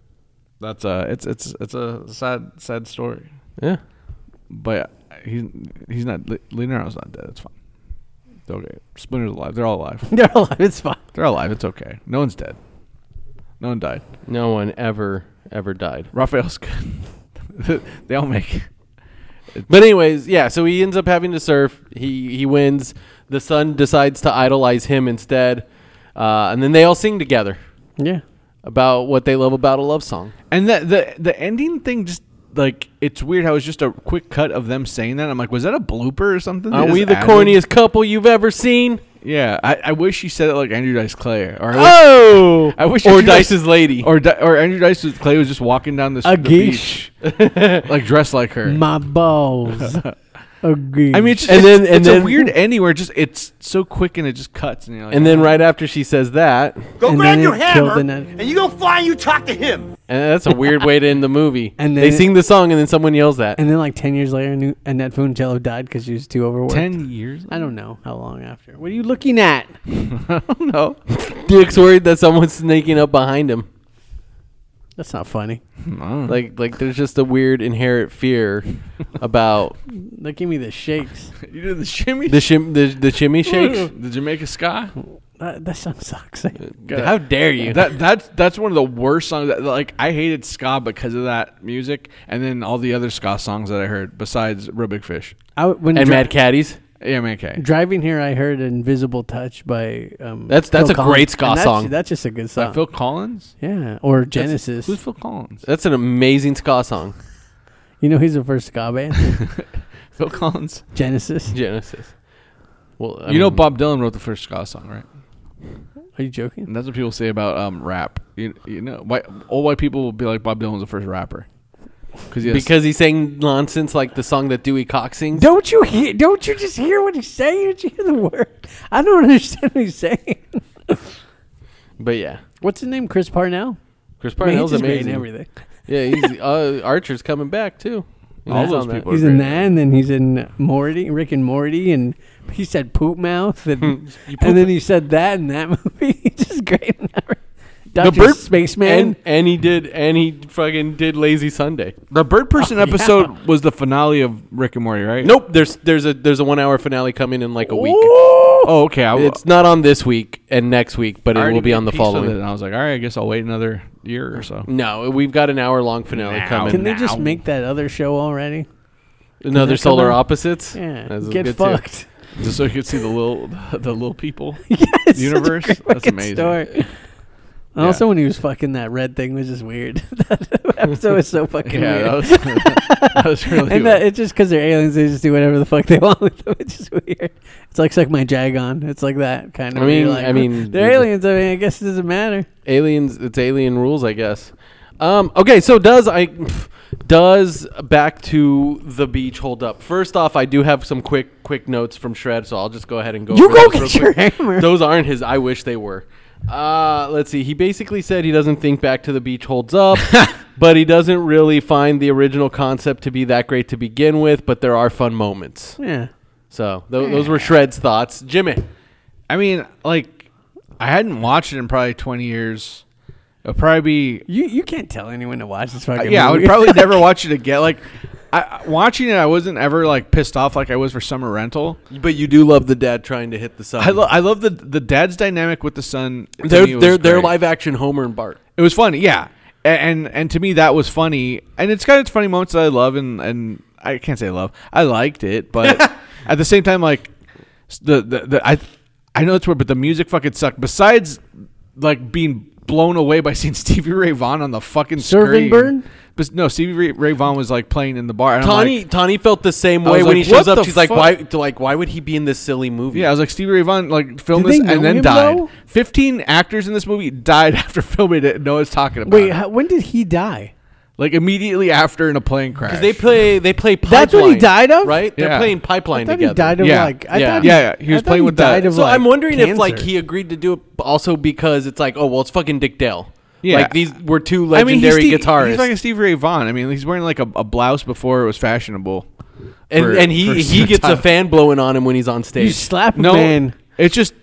That's uh it's it's it's a sad sad story. yeah. But he's he's not Le- Leonardo's not dead. It's fine. It's okay. Splinter's alive. They're all alive. They're alive. It's fine. They're alive. It's okay. No one's dead. No one died. No one ever ever died. Raphael's *laughs* good. they all make. it. But anyways, yeah. So he ends up having to surf. He he wins. The son decides to idolize him instead, uh, and then they all sing together Yeah. about what they love about a love song. And the the the ending thing just like it's weird how it's just a quick cut of them saying that. I'm like, was that a blooper or something? Are They we just the added? corniest couple you've ever seen? Yeah, I, I wish he said it like Andrew Dice Clay or I wish- Oh, I wish or Andrew Dice- Dice's lady. or Di- or Andrew Dice was- Clay was just walking down the, s- A the geesh. beach, *laughs* like dressed like her. *laughs* My balls. Agree. I mean, it's just, And then- it's, and it's then- a weird ending where it just it's so quick and it just cuts and you're like, "Oh, and then right after she says that, and Go And grab then your it killed hammer, the net. and you go fly and you talk to him. that's a weird way to end the *laughs* movie. And And then they it- sing the song, and then someone yells that. and then like ten years later, Nu- Annette Funicello died because she was too overworked. ten years. I don't know how long after. What are you looking at? I don't know. *laughs* Dick's worried that someone's sneaking up behind him. That's not funny. Like like there's just a weird inherent fear about They give me *laughs* the shakes. you did the shimmy, the the, shim the the shimmy shakes. Jamaica ska. That, that song sucks. *laughs* God. How dare you? That that's that's one of the worst songs. That, like I hated ska because of that music, and then all the other ska songs that I heard besides Real Big Fish. I, when and dri- Mad Caddies. Yeah, man, okay. driving here, I heard "Invisible Touch" by um, That's- that's a great ska And that's- song. That's just a good Like song. Phil Collins. yeah, or That's- Genesis. Who's *laughs* Phil Collins? That's an amazing ska song. You know, he's the first ska band. Phil Collins. *laughs* Genesis. Genesis. Well, I you know mean, Bob Dylan wrote the first ska song, right? Are you joking? And that's what people say about um, rap. You, you know, white, old white people will be like Bob Dylan was the first rapper because he has- because he sang nonsense like the song that Dewey Cox sings. Don't you hear? Don't you just hear what he's saying? Did you hear the word? I don't understand what he's saying. But yeah, What's his name? Chris Parnell. Chris I mean, he's Parnell's just great in amazing. everything. Yeah, he's, uh, Archer's coming back too. And All that's those on that. people are He's in great. that, and then he's in Morty, Rick and Morty, and he said poop mouth, and, poop- and then he said that in that *laughs* movie. He's just great. in every- Dr. bird- Spaceman. And and he did and he fucking did Lazy Sunday. The Bird Person *laughs* episode was the finale of Rick and Morty, right? Nope, there's there's a there's a one hour finale coming in like a week. Oh, okay. I, It's not on this week and next week, but I it already will be made on the peace with it, following. And I was like, all right, I guess I'll wait another year or so. No, we've got an hour long finale Now. coming. Can they just now. make that other show already? Another that Solar come out? Opposites. Yeah, That's get good too. *laughs* fucked. *laughs* Just so you could see the little *laughs* the little *laughs* people It's such a universe. great That's fucking amazing. story. And Also, when he was fucking that red thing was just weird. *laughs* that episode was so fucking Yeah, weird. that *laughs* *laughs* was, that was really. and uh, that, it's just because they're aliens, they just do whatever the fuck they *laughs* want with them. It's just weird. It's like suck my jag on. It's like that kind of. I where you're mean- like, I mean, they're it- aliens. I mean, I guess it doesn't matter. aliens it's alien rules i guess um okay so does i *sighs* does back to the beach hold up first off i do have some quick quick notes from shred so i'll just go ahead and go You over go those get real your *laughs* hammer. those aren't his i wish they were uh let's see he basically said he doesn't think back to the beach holds up *laughs* but he doesn't really find the original concept to be that great to begin with but there are fun moments Yeah. so tho- Hmm. those were shred's thoughts jimmy I mean, like, I hadn't watched it in probably twenty years. It'll probably be You you can't tell anyone to watch this fucking. Uh, yeah, I would movie. probably never *laughs* watch it again. Like, I, I- watching it, I wasn't ever like pissed off like I was for Summer Rental. but you do love the dad trying to hit the sun I, lo- I love the the dad's dynamic with the son. to they're, me was they're, they're great. live action homer and bart It was funny, yeah, A- and and to me that was funny, and it's got its funny moments that I love, and and I can't say I love, I liked it, *laughs* but at the same time, like s- the the, the I I know it's weird, but the music fucking sucked. Besides, like being blown away by *laughs* seeing Stevie Ray Vaughan on the fucking Serve and screen. burn? But no, Stevie Ray, Ray Vaughan was like playing in the bar. And I'm Tawny like- Tawny felt the same I way was when like, he shows up. "What the She's like, fuck?" why? to Like, why would he be in this silly movie? Yeah, I was like Stevie Ray Vaughan, like filmed Did they this and know then him, died. though? Fifteen actors in this movie died *laughs* after filming it. and No one's talking about. *laughs* Wait, it. how, when did he die? like immediately after in a plane crash. they play. They play. Pipeline, That's what he died of? right? They're Yeah. playing Pipeline I thought together. he died of Yeah. like. I Yeah. Thought Yeah, yeah, he was I thought playing with that. died of, so like, I'm wondering if like cancer. he agreed to do it also because it's like, oh well, it's fucking Dick Dale. Yeah. like these were two I mean, legendary he's Steve- guitarists, He's like a Steve Ray Vaughan. I mean, he's wearing like a, a blouse before it was fashionable. and for- and for he he some gets a time. fan blowing on him when he's on You stage. slap a No, *laughs* man. it's just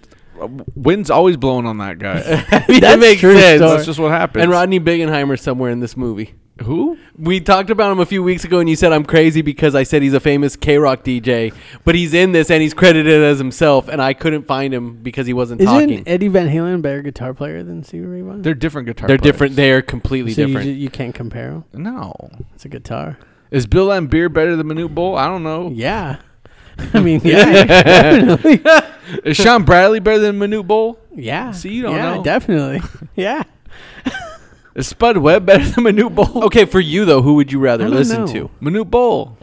uh, wind's always blowing on that guy. *laughs* I *laughs* mean, That's true story. That's just what happens. And Rodney Bingenheimer somewhere in this movie. who? We talked about him a few weeks ago, and you said I'm crazy because I said he's a famous K Rock DJ, but he's in this and he's credited as himself, and I couldn't find him because he wasn't Isn't talking. Eddie Van Halen a better guitar player than Stevie Ray Vaughan? They're different guitar. They're players. different. They are completely so different. You, ju- you can't compare them. No. It's a guitar. Is Bill Lambier better than Manute Bull? I don't know. Yeah. I mean, yeah, Is Sean Bradley better than Manute Bull? yeah. See, you don't yeah, know. definitely. Yeah. Is Spud Webb better than Manute *laughs* Bull? okay, for you though, who would you rather I don't listen know. to? Manute Bull.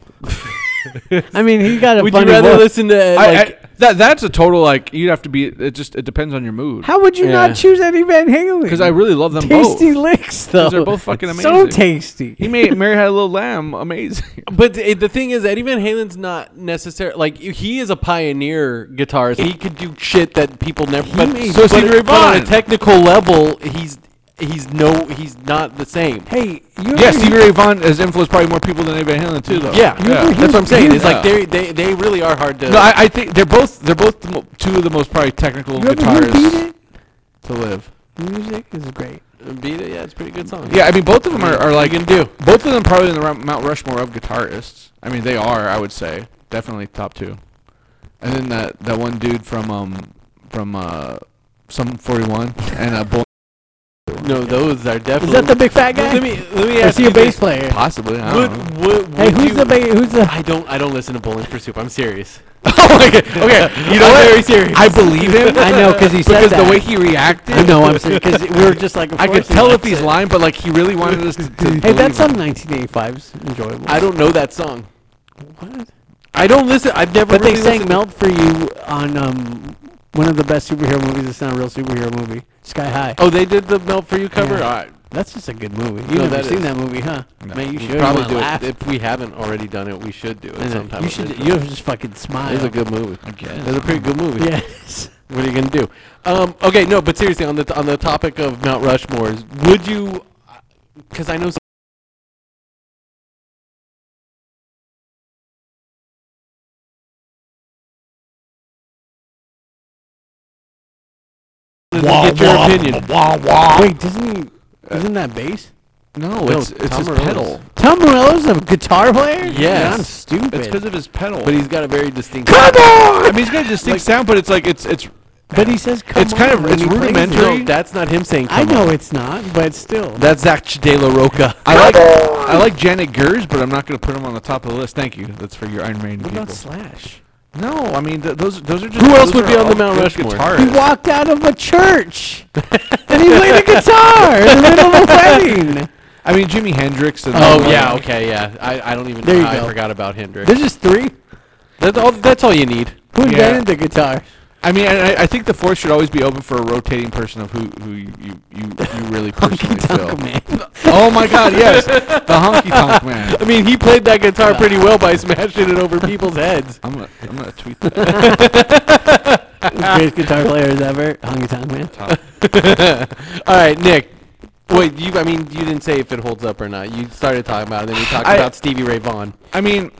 I mean, he got a Would you funny rather voice. listen to uh, I- like? I- that that's a total like you'd have to be. It just it depends on your mood. How would you Yeah. not choose Eddie Van Halen? Because I really love them both. tasty licks though. they're both fucking So amazing. tasty. He made Mary Had a Little Lamb amazing. but th- the thing is, Eddie Van Halen's not necessarily like he is a pioneer guitarist. He could do shit that people never. but made- So but- Stevie Ray but on a Vaughan. technical level, he's he's no he's not the same. Hey, you yeah, ever Stevie hear- Ray Vaughan has influenced probably more people than Eddie Van Halen too, though. Yeah, here's- that's what I'm saying. It's here's- like they they they really are hard to. No, I, I think they're both they're both the mo- two of the most probably technical you ever hear guitarists beat it? to live. music is great. Beat it, yeah, it's a pretty good song. Yeah, I mean, both of them are, are like can do. Both of them probably in the Ra- Mount Rushmore of guitarists. I mean, they are. I would say definitely top two. And then that that one dude from um from uh some forty one and uh bull no, those are Is definitely. that the big fat guy? Let me let me Or ask is he you a bass this. player? possibly. I Would, don't know. *laughs* would, would Hey, who's you, the ba- who's the? I don't I don't listen to Bowling for Soup. I'm serious. oh my god. Okay, *laughs* you know I'm what? very serious. I believe him. I know, 'cause he said because that. the way he reacted. I know I'm saying because we were just like. of I could course he tell if likes he's it. lying, but like he really wanted us to. to Hey, believe that's him. some 1985's enjoyable. I don't know that song. What? I don't listen. I've never. But they really sang listened- "Melt for You" on um one of the best superhero movies. It's not a real superhero movie. Sky High. Oh, they did the Melt for You cover. Yeah. All right. That's just a good movie. You've No, never that seen is. that movie, huh? Man, you We should probably You do wanna laugh. it if we haven't already done it. We should do I it know. sometime. You should. eventually. You have to just fucking smile. It was a good movie. It was a pretty good movie. *laughs* Yes. What are you gonna do? Um, okay, no, but seriously, on the on the topic of Mount Rushmore's, would you? Because I know. s- Get your opinion. Wait, doesn't he? Isn't that bass? No, No, it's it's Tom his Morello's. pedal. Tom Morello's a guitar player? Yes. I'm stupid. It's because of his pedal. But he's got a very distinct. I mean, he's got a distinct sound, but it's like it's it's but he says, "Come It's kind on," of- when it's he plays it. rudimentary. No, that's not him saying. Come I know On. it's not, but still. That's Zach De La Roca. I like I like Janet Gers, but I'm not going to put him on the top of the list. Thank you. That's for your Iron Maiden What people. about Slash? No, I mean th- those those are just Who else those would are be on the all Mount good Rushmore? He guitarists. walked out of a church and he played a guitar in the middle of a wedding. I mean Jimi Hendrix. And Oh all yeah, that. okay, yeah. I, I don't even. There you know. I go. forgot about Hendrix. There's just three. That's all. That's all you need. Who Yeah. invented the guitar? I mean, and I, I think the fourth should always be open for a rotating person of who who you you you, you *laughs* really personally feel. Tonka *laughs* Man. Oh my God, *laughs* yes, the honky tonk man. I mean, he played that guitar pretty well by smashing it over people's heads. *laughs* I'm gonna I'm gonna tweet that. Greatest guitar players ever. Honky Tonk Man. All right, Nick. Wait, you? I mean, you didn't say if it holds up or not. You started talking about it, then you talked I- about Stevie Ray Vaughan. I mean,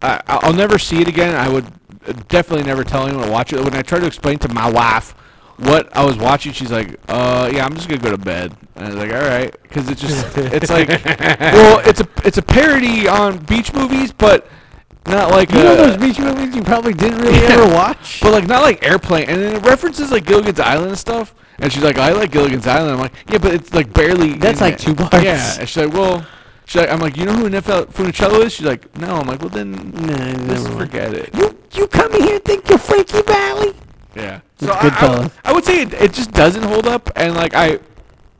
I, I'll never see it again. I would uh, definitely never tell anyone to watch it. When I tried to explain to my wife what I was watching, she's like, "Uh, yeah, I'm just gonna go to bed." And I was like, "All right," because it's just it's like, *laughs* well, it's a it's a parody on beach movies, but not like You know uh, those beach movies you probably didn't really ever *laughs* watch? but like not like airplane, and then it references like Gilligan's Island and stuff. And she's like, I like Gilligan's Island. I'm like, yeah, but it's like barely. That's in like it." two parts. Yeah, and she's like, well, she's like, I'm like, you know who NFL Funicello is? She's like, no. I'm like, well then, Nah, just never mind. forget it. You, you come in here and think you're Frankie Valley? Yeah. It's So I, good I w- fella. I would say it, it just doesn't hold up, and like I,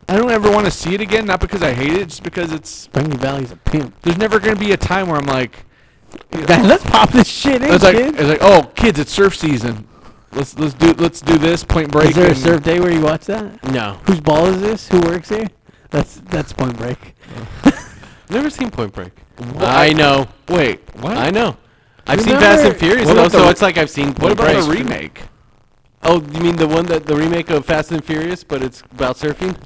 I don't ever want to see it again. Not because I hate it, just because it's Frankie Valley's a pimp. there's never gonna be a time where I'm like, Man, *laughs* let's pop this shit in, it's like kid. it's like oh kids, it's surf season. Let's let's do let's do this Point Break. Is there a and- surf day where you watch that? No, Whose ball is this? Who works here? That's that's Point Break. never seen Point Break. I know. Wait, what? I know. I've seen Fast and Remember- Furious What though, about the so re- it's like I've seen What Point about the Break. remake? oh, you mean the one that the remake of Fast and Furious, but it's about surfing?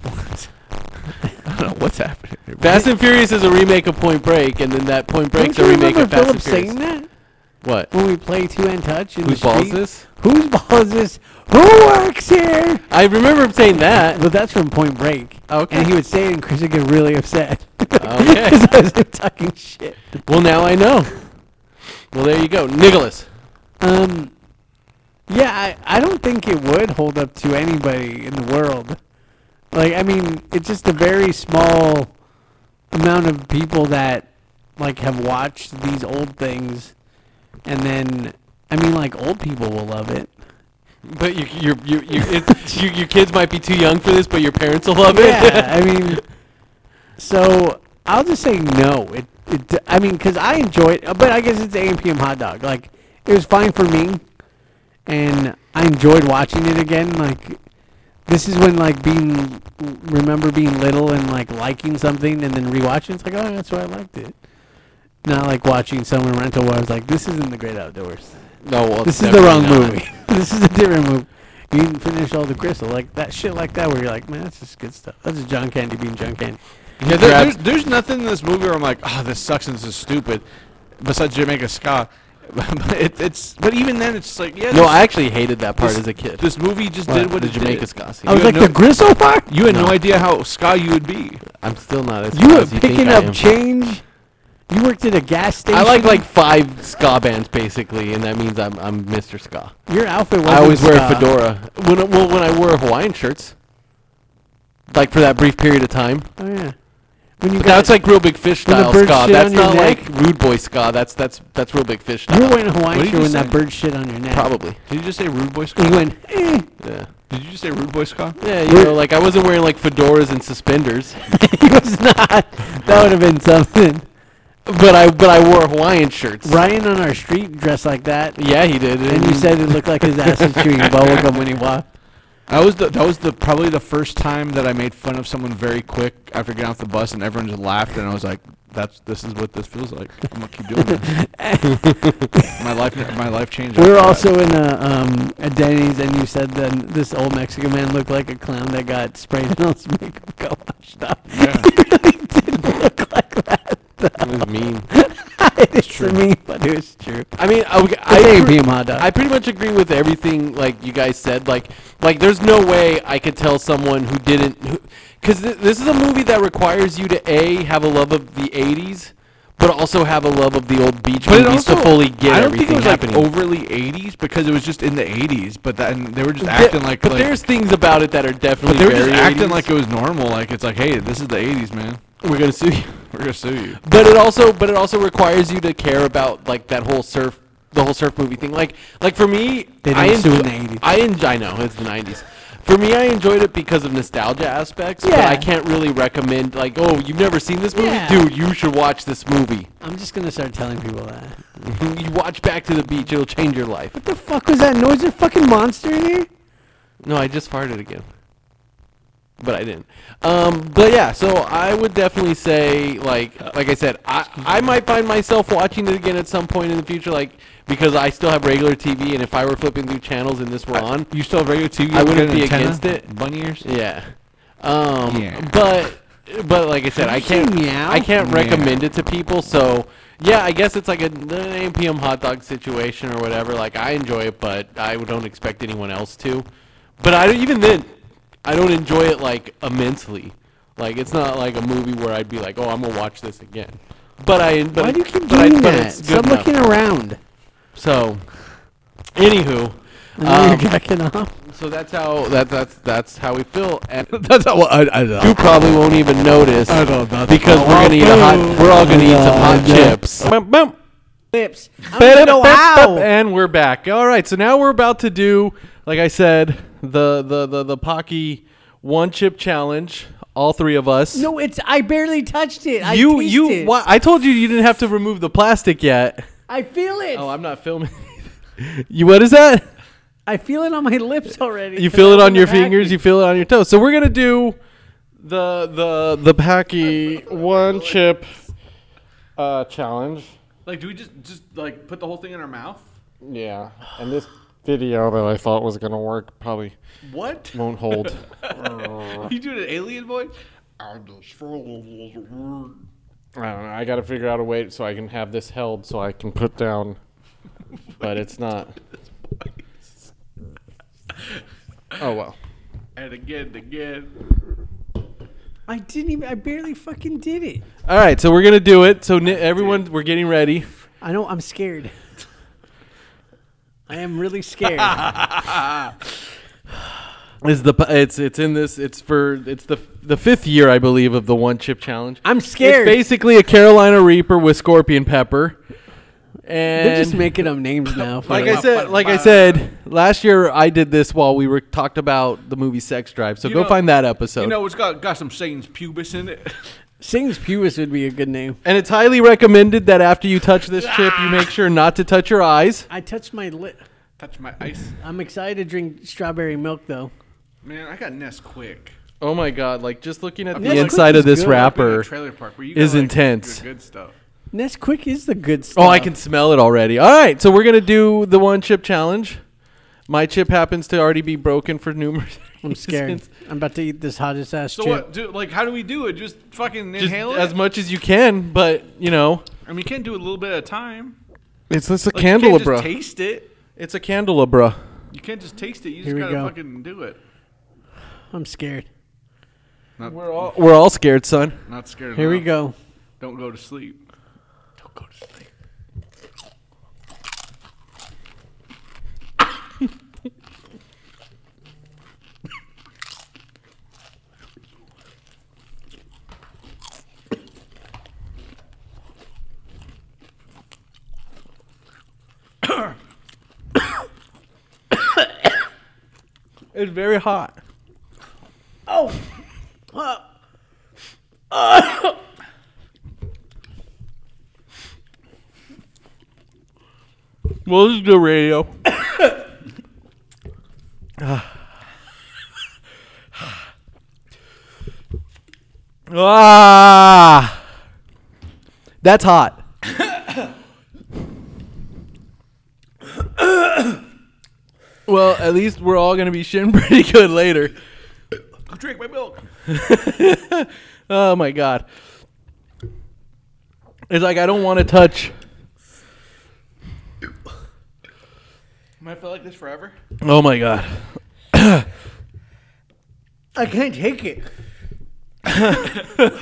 I don't know what's happening. here. Fast and Furious is a remake of Point Break, and then that Point Break's Don't a you remake remember of Fast Philip and Furious. saying that What? when we play two and touch in Whose the ball is street? this? Whose ball is this? Who works here? I remember him saying that. Well, that's from Point Break. Okay. And he would say it, and Chris would get really upset. Okay. *laughs* 'Cause I was talking shit. Well, now I know. Well, there you go, Nicholas. Um, yeah, I, I don't think it would hold up to anybody in the world. Like, I mean, it's just a very small amount of people that like have watched these old things, and then I mean, like old people will love it. But you, you, you, you, it, you, your kids might be too young for this, but your parents will love it. yeah, *laughs* I mean, so I'll just say no. It, it d- I mean, because I enjoy it, but I guess it's AM PM hot dog. Like it was fine for me, and I enjoyed watching it again. Like this is when like being remember being little and like liking something and then rewatching. It's like oh, that's why I liked it. Not like watching Summer Rental where I was like, this isn't the Great Outdoors. no, well, This it's is the wrong definitely not. movie. *laughs* this is a different movie. You didn't finish all the crystal, like that shit, like that, where you're like, man, that's just good stuff. That's just John Candy being John Candy. Yeah, there, Grabs- there's, there's nothing in this movie where I'm like, oh, this sucks and this is stupid. Besides Jamaica Ska, *laughs* But it, it's but even then, it's like yeah. No, this- I actually hated that part this, as a kid. This movie just What? did what the it Jamaica did. Scotty. I was You like had the no- Gristle part. You had no. No. idea how ska you would be. I'm still not as You high were as you think picking I up am. change. You worked at a gas station. I like like five ska bands basically, and that means I'm I'm Mr. Ska. your outfit. I always wasn't, wear uh, a fedora. When I- well, when I wore Hawaiian shirts, like for that brief period of time. Oh yeah. When you But got- that's like real big fish When the style bird ska. shit That's on your not neck? like rude boy ska. That's that's that's real big fish you style. were wearing a What Hawaiian did shirt you when that say? bird shit on your neck. probably. Did you just say rude boy ska? And you went. Eh. *laughs* Yeah. Did you just say rude boy ska? Yeah, you We're- know, like I wasn't wearing like fedoras and suspenders, *laughs* he was not. That would have been something. but I but I wore Hawaiian shirts. Ryan on our street dressed like that, Yeah, he did. and you said it looked like his ass was chewing bubblegum when he walked. That was the that was the probably the first time that I made fun of someone very quick after getting off the bus and everyone just laughed and I was like, "That's this is what this feels like. I'm gonna keep doing this." my life my life changed. We were after also in a, um, a Denny's, and you said that this old Mexican man looked like a clown that got sprayed *laughs* and all his makeup got washed up. that. He really did look like that. it was mean. It's true. me, but it was true. *laughs* I mean, I, would- I I ain't agree- being hot dog. I pretty much agree with everything like you guys said. Like, like there's no way I could tell someone who didn't, because th- this is a movie that requires you to a have a love of the '80s, but also have a love of the old beach But it movies also, to fully get I don't everything think it was happening. like overly '80s because it was just in the '80s, but then they were just acting Th- like, but like there's things about it that are definitely they were just very acting 80s. like it was normal. Like it's like, hey, this is the '80s, man. we're gonna sue you. We're gonna sue you. But it also, but it also requires you to care about like that whole surf, the whole surf movie thing. Like, like for me, They I didn't do it in the enjoy- 80s. I enjoy. I know it's the nineties. For me, I enjoyed it because of nostalgia aspects. But Yeah. I can't really recommend like, oh, you've never seen this movie, Yeah. dude. You should watch this movie. *laughs* I'm just gonna start telling people that. you watch Back to the Beach, it'll change your life. What the fuck was that noise? Is there a fucking monster in here? No, I just farted again. But I didn't. Um, but yeah, so I would definitely say, like, like I said, I, I might find myself watching it again at some point in the future, like because I still have regular TV, and if I were flipping through channels and this were on, You still have regular TV? I You wouldn't got an be antenna? against it. Bunny ears. yeah. Um, Yeah. but but like I said, I you say can't meow? I can't Yeah. recommend it to people. So yeah, I guess it's like a, an APM hot dog situation or whatever. Like I enjoy it, but I don't expect anyone else to. But I don't, even then, I don't enjoy it like immensely. Like it's not like a movie where I'd be like, oh, I'm gonna watch this again. But I but Why it- do you keep but I- doing but that? it's good Stop enough. looking around. So, anywho. And now um, you're jacking off. so that's how that that's that's how we feel. And *laughs* *laughs* That's how I, I, you probably won't even notice because we're gonna eat a hot. We're all gonna eat some hot chips. Lips. And we're back. All right, so now we're about to do, like I said, the the the the Pocky one chip challenge. All three of us. No, it's. I barely touched it. I you taste you It. why- I told you you didn't have to remove the plastic yet. I feel it. *laughs* Oh, I'm not filming. *laughs* you what is that? I feel it on my lips already. You 'cause feel I it on opened your the package. fingers. You feel it on your toes. So we're gonna do the the the Packy one chip uh, challenge. Like, do we just just like put the whole thing in our mouth? Yeah, and this video that I thought was gonna work probably What? won't hold. *laughs* you doing an alien voice? I don't know. I gotta figure out a way so I can have this held so I can put down, but it's not. Oh well. And again, again. I didn't even. I barely fucking did it. All right, so we're gonna do it. So ni- everyone, we're getting ready. I know. I'm scared. I *laughs* am really scared. Is the it's it's in this it's for it's the the fifth year I believe of the one chip challenge. I'm scared. It's basically a Carolina Reaper with scorpion pepper. And They're just making up *laughs* names now. For like it. I said, like I said last year, I did this while we were talked about the movie Sex Drive. So You go know- find that episode. You know, it's got got some Satan's pubis in it. *laughs* Sings Pewis would be a good name. and it's highly recommended that after you touch this chip, you make sure not to touch your eyes. I touched my lip. Touch my ice, I'm excited to drink strawberry milk though. man. I got Nest quick. Oh my god! Like just looking at That's the inside quick of is this good. wrapper. Trailer park where you is got, like, intense. the Good stuff. Nest Quick is the good stuff. Oh, I can smell it already. All right, so we're gonna do the one chip challenge. My chip happens to already be broken for *laughs* numerous. I'm scared. reasons. I'm about to eat this hottest ass So chip. what? Do, like, how do we do it? Just fucking Just inhale as it. much as you can, but you know, I mean, you can do it a little bit at a time. It's it's a Like, you can't candelabra. just taste it. it's a candelabra. You can't just taste it. You Here just we gotta go. fucking do it. I'm scared. Not, We're all we're all scared, son. not scared. Here we enough. go. Don't go to sleep. Don't go to sleep. It's very hot. Oh. well, this is the radio. ah. That's hot. Well, at least we're all going to be shitting pretty good later. Drink my milk. Oh my god. It's like I don't want to touch. Am I feel like this forever? Oh my *coughs* god. I can't take it. *coughs*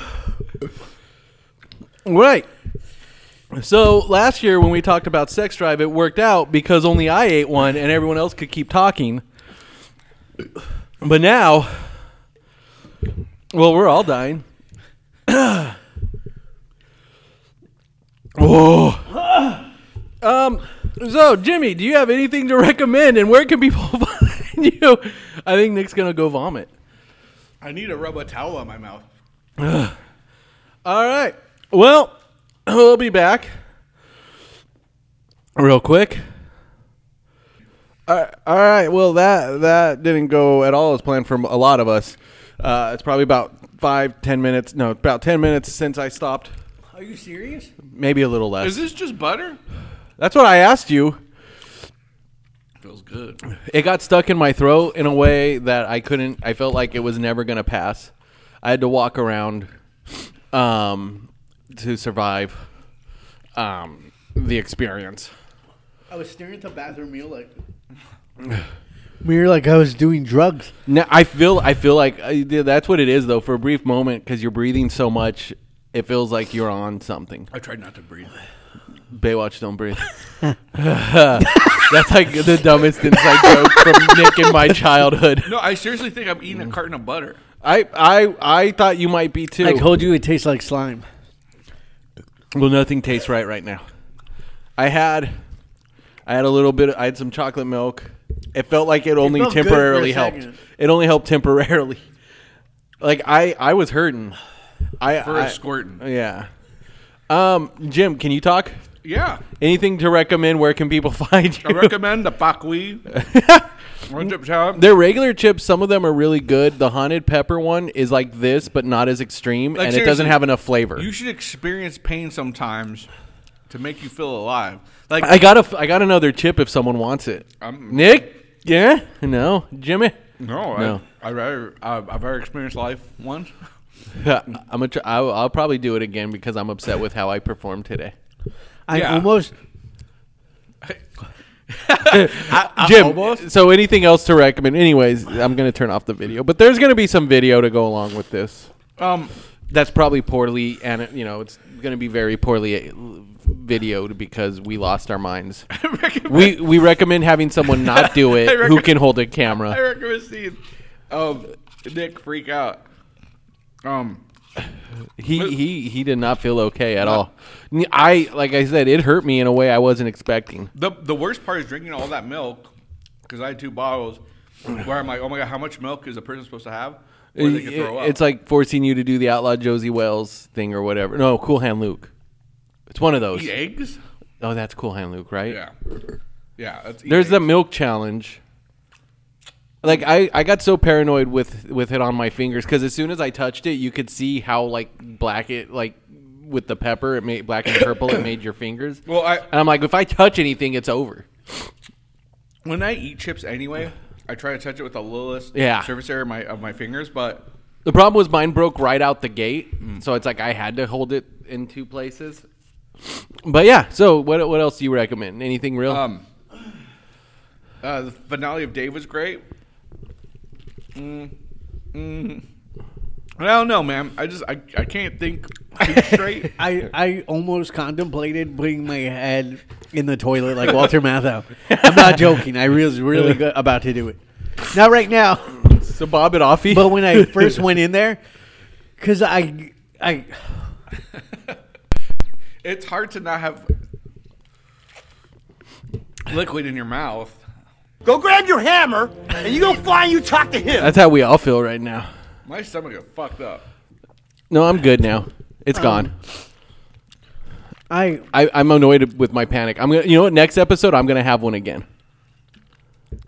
Right. So last year when we talked about sex drive, it worked out because only I ate one and everyone else could keep talking. *coughs* But now, well, we're all dying. *coughs* oh. Um. So Jimmy, do you have anything to *laughs* recommend, and where can people *laughs* find you? I think Nick's gonna go vomit. I need to rub a towel on my mouth. All right. Well, *clears throat* we'll be back real quick. All right. Well, that that didn't go at all as planned for a lot of us. Uh, it's probably about five, ten minutes. No, about ten minutes since I stopped. Are you serious? Maybe a little less. Is this just butter? That's what I asked you. Feels good. It got stuck in my throat in a way that I couldn't. I felt like it was never gonna pass. I had to walk around um, to survive um, the experience. I was staring at the bathroom meal *sighs* like. Mirror like I was doing drugs. Now, I feel I feel like I, that's what it is though. For a brief moment, because you're breathing so much, it feels like you're on something. I tried not to breathe. Baywatch, don't breathe. *laughs* that's like the dumbest inside joke from Nick in my childhood. No, I seriously think I'm eating a carton of butter. I I I thought you might be too. I told you it tastes like slime. Well, nothing tastes right right now. I had, I had a little bit. I had some chocolate milk. It felt like it only felt good for a temporarily helped. second. It only helped temporarily. *laughs* Like I, I was hurting. I For a I- squirtin'. Yeah. Um, Jim, can you talk? Yeah. Anything to recommend? Where can people *laughs* find I you? recommend *laughs* the pakwi. One chip chop. Their regular chips, some of them are really good. The haunted pepper one is like this, but not as extreme, Like, and it doesn't seriously, have enough flavor. You should experience pain sometimes to make you feel alive. Like I got a, I got another chip if someone wants it. I'm- Nick, yeah, no, Jimmy, *laughs* no, No. I, I rather, I, I've already experienced life once. I'm gonna. Try, I'll, I'll probably do it again because I'm upset with how I performed today. I Yeah. almost Jim, so anything else to recommend? Anyways, I'm gonna turn off the video, but there's gonna be some video to go along with this. Um, *laughs* That's probably poorly, and you know, it's gonna be very poorly uh, videoed because we lost our *laughs* minds. we we recommend having someone not do it I who recommend- can hold a I camera. recommend seeing um, Nick freak out. Um, He he he did not feel okay at all. N- I like I said, it hurt me in a way I wasn't expecting. the the worst part is drinking all that milk because I had two bottles. Where I'm like, oh my god, how much milk is a person supposed to have? Or they could throw up. It's like forcing you to do the outlaw Josie Wells thing or whatever. No, Cool Hand Luke. It's one of those. eat eggs. Oh, that's Cool Hand Luke, right? Yeah, yeah. That's There's the milk challenge. Like I, I got so paranoid with with it on my fingers because as soon as I touched it, you could see how like black it like with the pepper it made black and purple it made your fingers. Well, I- and I'm like, if I touch anything, it's over. when I eat chips anyway. I try to touch it with the littlest Yeah. surface area of my, of my fingers, but The problem was mine broke right out the gate, so it's like I had to hold it in two places. But yeah, so what what else do you recommend? Anything real? Um, uh, the finale of Dave was great. Mm, mm. I don't know, man. I just I, I can't think *laughs* straight. I, I almost contemplated putting my head in the toilet like Walter Matthau. I'm not joking. I was really go- about to do it. Not right now, so Bob and Offie. but when *laughs* I first went in there, because I I it's hard to not have liquid in your mouth. Go grab your hammer, and you go fly and you talk to him. That's how we all feel right now. My stomach got fucked up. No, I'm good now. It's gone. I I, I'm annoyed with my panic. I'm gonna, you know what? Next episode, I'm gonna have one again.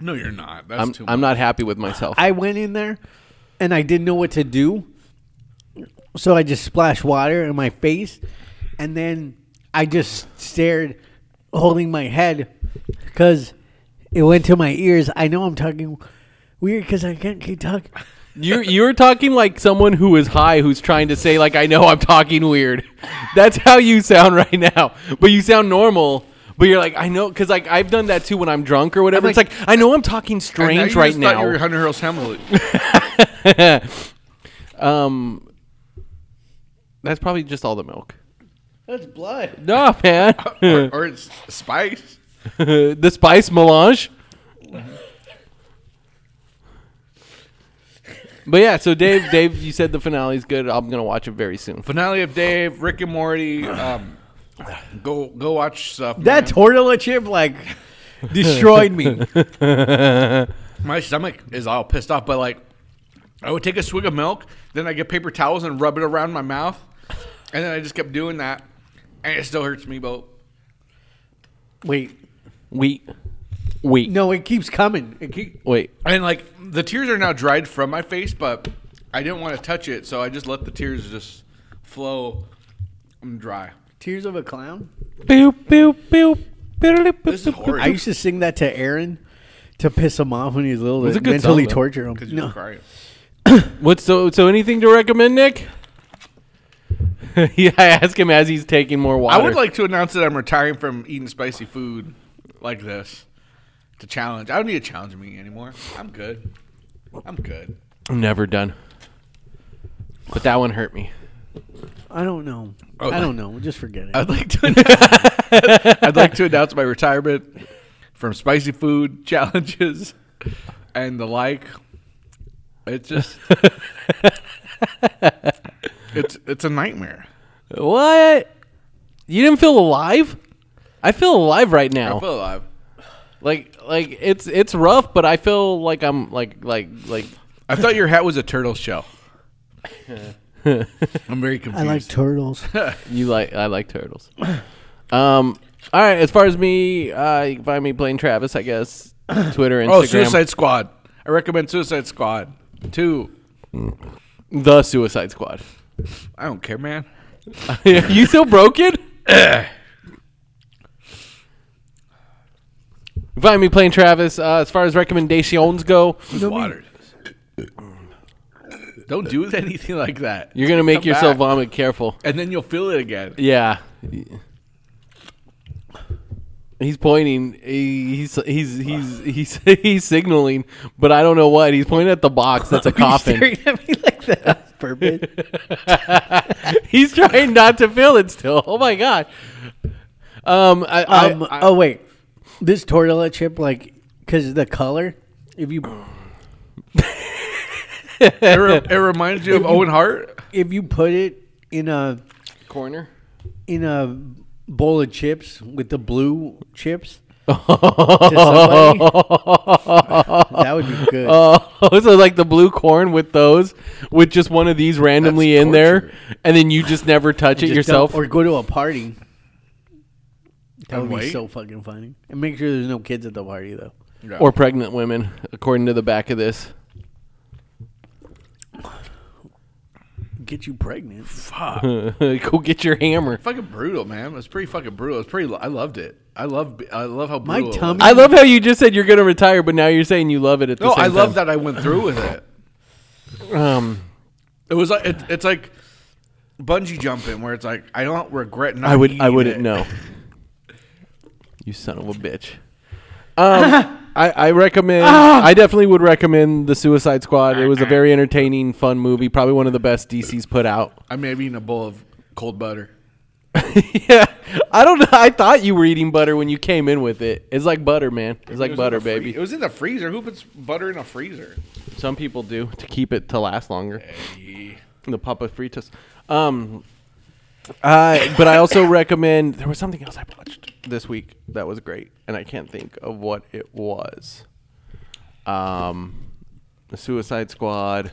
No, you're not. That's I'm, too much. I'm not happy with myself. I went in there and I didn't know what to do. So I just splashed water in my face and then I just stared holding my head cuz it went to my ears. I know I'm talking weird cuz I can't keep talking. you you're talking like someone who is high who's trying to say like I know I'm talking weird. *laughs* That's how you sound right now. But you sound normal. But you're like I know because like I've done that too when I'm drunk or whatever. I'm like- it's like I know I'm talking And strange you right just thought now. You were Hunter *laughs* Hills Hamlet. um, that's probably just all the milk. That's blood. No man, *laughs* or, or it's spice. the spice melange. But yeah, so Dave, Dave, you said the finale's good. I'm gonna watch it very soon. Finale of Dave, Rick and *sighs* Morty. Um, go go watch stuff. That man. tortilla chip like *laughs* destroyed me. my stomach is all pissed off, but like I would take a swig of milk, then I get paper towels and rub it around my mouth, and then I just kept doing that, and it still hurts me. But Wait. Wheat, wheat. No, it keeps coming. It keep Wait, and like the tears are now dried from my face, but I didn't want to touch it, so I just let the tears just flow and dry. Tears of a Clown? Boop, boop, boop. This is I horrible used to sing that to Aaron to piss him off when he was little. was to a good mentally song, though, torture him. because you No. no. crying. What's so so anything to recommend, Nick? *laughs* yeah, I ask him as he's taking more water. I would like to announce that I'm retiring from eating spicy food like this to challenge. I don't need to challenge me anymore. I'm good. I'm good. I'm never done. But that one hurt me. I don't know. Oh. I don't know. Just forget it. I'd like to. announce- I'd like to announce my retirement from spicy food *laughs* challenges and the like. It's just. it's it's a nightmare. What? You didn't feel alive? I feel alive right I now. feel alive. like like it's it's rough, but I feel like I'm like like like I thought your hat was a *laughs* turtle shell. I'm very I confused. like *laughs* turtles. you like I like *coughs* turtles. Um all right, as far as me, uh you can find me playing Travis, I guess. *coughs* Twitter, Instagram. oh, Suicide Squad. I recommend Suicide Squad. Two. The Suicide Squad. I don't care, man. you so broken? *clears throat* Find me playing Travis. Uh, as far as recommendations go, Watered. Don't do anything like that. you're gonna make Come yourself back. vomit. Careful. and then you'll feel it *laughs* again. Yeah. He's pointing. He, he's he's he's he's *laughs* he's signaling, but I don't know what. He's pointing at the box *laughs* that's a coffin. staring at me like that on purpose. *laughs* *laughs* he's trying not to feel it still. Oh my god. Um. I, I- Um, oh wait, this tortilla chip, like, cause the color. If *sighs* you It, re- it reminds you of Owen Hart. if you put it in a corner. in a bowl of chips with the blue *laughs* chips, to somebody, *laughs* that would be good. Oh, *laughs* so like the blue corn with those, with just one of these randomly That's in torture. there, and then you just never touch it Just yourself. don't- or go to a party. That And would be wait. so fucking funny. And make sure there's no kids at the party though. or pregnant women, according to the back of this. *laughs* Get you pregnant. Go get your *laughs* hammer. fucking brutal, man. It's pretty fucking brutal. It's pretty. I loved it. I love. I love how My brutal it tummy- was. I love how you just said you're gonna retire, but now you're saying you love it at the No, same I love time. that I went through with it. Um, It was like it, it's like bungee jumping where it's like I don't regret not. I would. I eating wouldn't it. *laughs* know. You son of a bitch. *laughs* Um, I, I recommend. Ah! I definitely would recommend the Suicide Squad. It was a very entertaining, fun movie. Probably one of the best DC's put out. I may have eaten a bowl of cold butter. *laughs* yeah, I don't. know. I thought you were eating butter when you came in with it. It's like butter, man. It's It like was butter, in the free- baby. It was in the freezer. Who puts butter in a freezer? Some people do to keep it to last longer. The Papa Fritas. Um, I but I *laughs* also recommend. There was something else I watched this week that was great, and I can't think of what it was. Um, the Suicide Squad,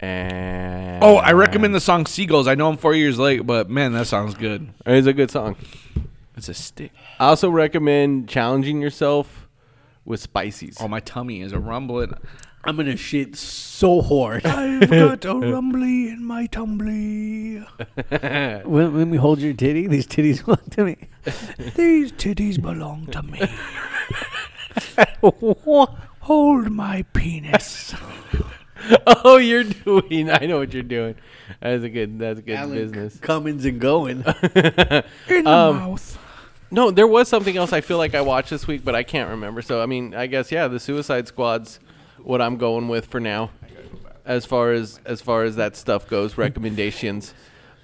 and Oh, I recommend the song Seagulls. I know I'm four years late, but man, that sounds good. It's a good song. It's a stick. I also recommend challenging yourself with spices. Oh, my tummy is a rumbling. I'm gonna shit so *laughs* hard. I've got a rumbly in my *laughs* tumbly. Let let me hold your titty. These titties *laughs* belong to me. *laughs* These titties belong to *laughs* me. What? Hold my *laughs* penis. *laughs* oh, you're doing. I know what you're doing. That's a good. That's a good business. Comings and *laughs* going. Um, In the mouth. No, there was something else I feel like I watched this week, but I can't remember. So I mean, I guess yeah, the Suicide Squad's what I'm going with for now, as far as as far as that stuff goes. Recommendations.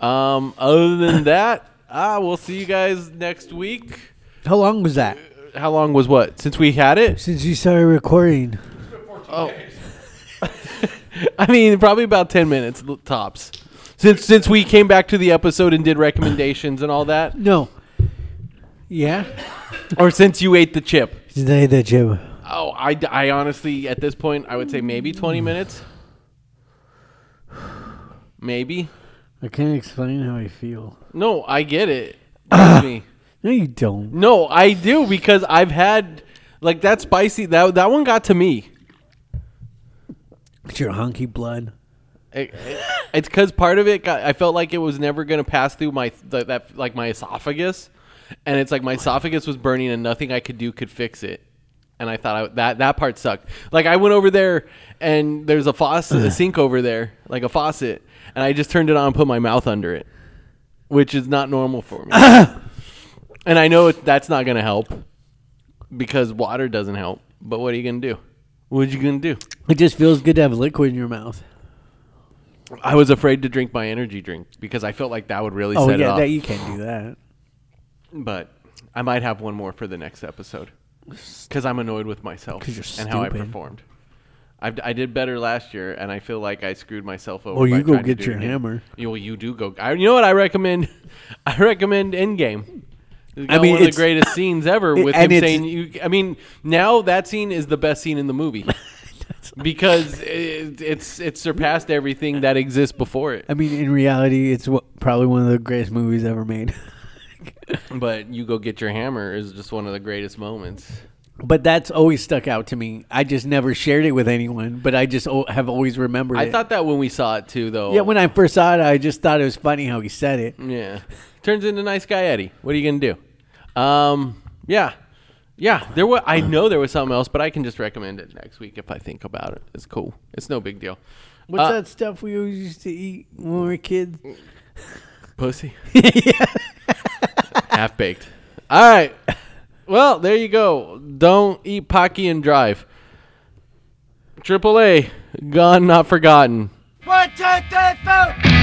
Um, other than that, ah, we'll see you guys next week. How long was that How long was what since we had it? *laughs* since you started recording? I mean, probably about ten minutes l- tops. Since since we came back to the episode and did recommendations and all that, No. Yeah. or since you ate the chip. Today the gym. Oh, I, d- I honestly, at this point, I would say maybe 20 minutes. Maybe. I can't explain how I feel. No, I get it. Trust me. No, you don't. No, I do because I've had, like, that spicy, that, that one got to me. It's your honky blood. It- it- it's because part of it got, I felt like it was never going to pass through my, th- that, like, my esophagus. And it's like my esophagus was burning and nothing I could do could fix it. And I thought I, that that part sucked. Like I went over there and there's a faucet, *clears throat* a sink over there, like a faucet, and I just turned it on and put my mouth under it, which is not normal *clears throat* for me. and I know it, that's not going to help because water doesn't help. But what are you going to do? What you going to do? It just feels good to have liquid in your mouth. I was afraid to drink my energy drink because I felt like that would really set it off. you can't do Oh, that. but I might have one more for the next episode because I'm annoyed with myself 'Cause you're and how I stupid. performed. I've, I did better last year, and I feel like I screwed myself over. Well, you by go trying to get do it your again. hammer. You, well, you do go. I, you know what I recommend? *laughs* I recommend Endgame. It's got mean, one of it's- the greatest *laughs* scenes ever It- with and him it's- saying, "You." I mean, now that scene is the best scene in the *laughs* movie because it, it's it's surpassed everything that exists before it. I mean, in reality, it's what, probably one of the greatest movies ever made. *laughs* But you go get your hammer is just one of the greatest moments. but that's always stuck out to me. I just never shared it with anyone, but I just o- have always remembered I it. thought that when we saw it too, though. yeah, when I first saw it, I just thought it was funny how he said it. *laughs* yeah, turns into nice guy Eddie. What are you gonna do? Um, yeah, yeah. There was I know there was something else, but I can just recommend it next week if I think about it. It's cool. It's no big deal. What's Uh, that stuff we always used to eat when we were kids? *laughs* Pussy. Half baked. All right. Well, there you go. Don't eat Pocky and drive. Triple A, gone not forgotten. One, two, three, four.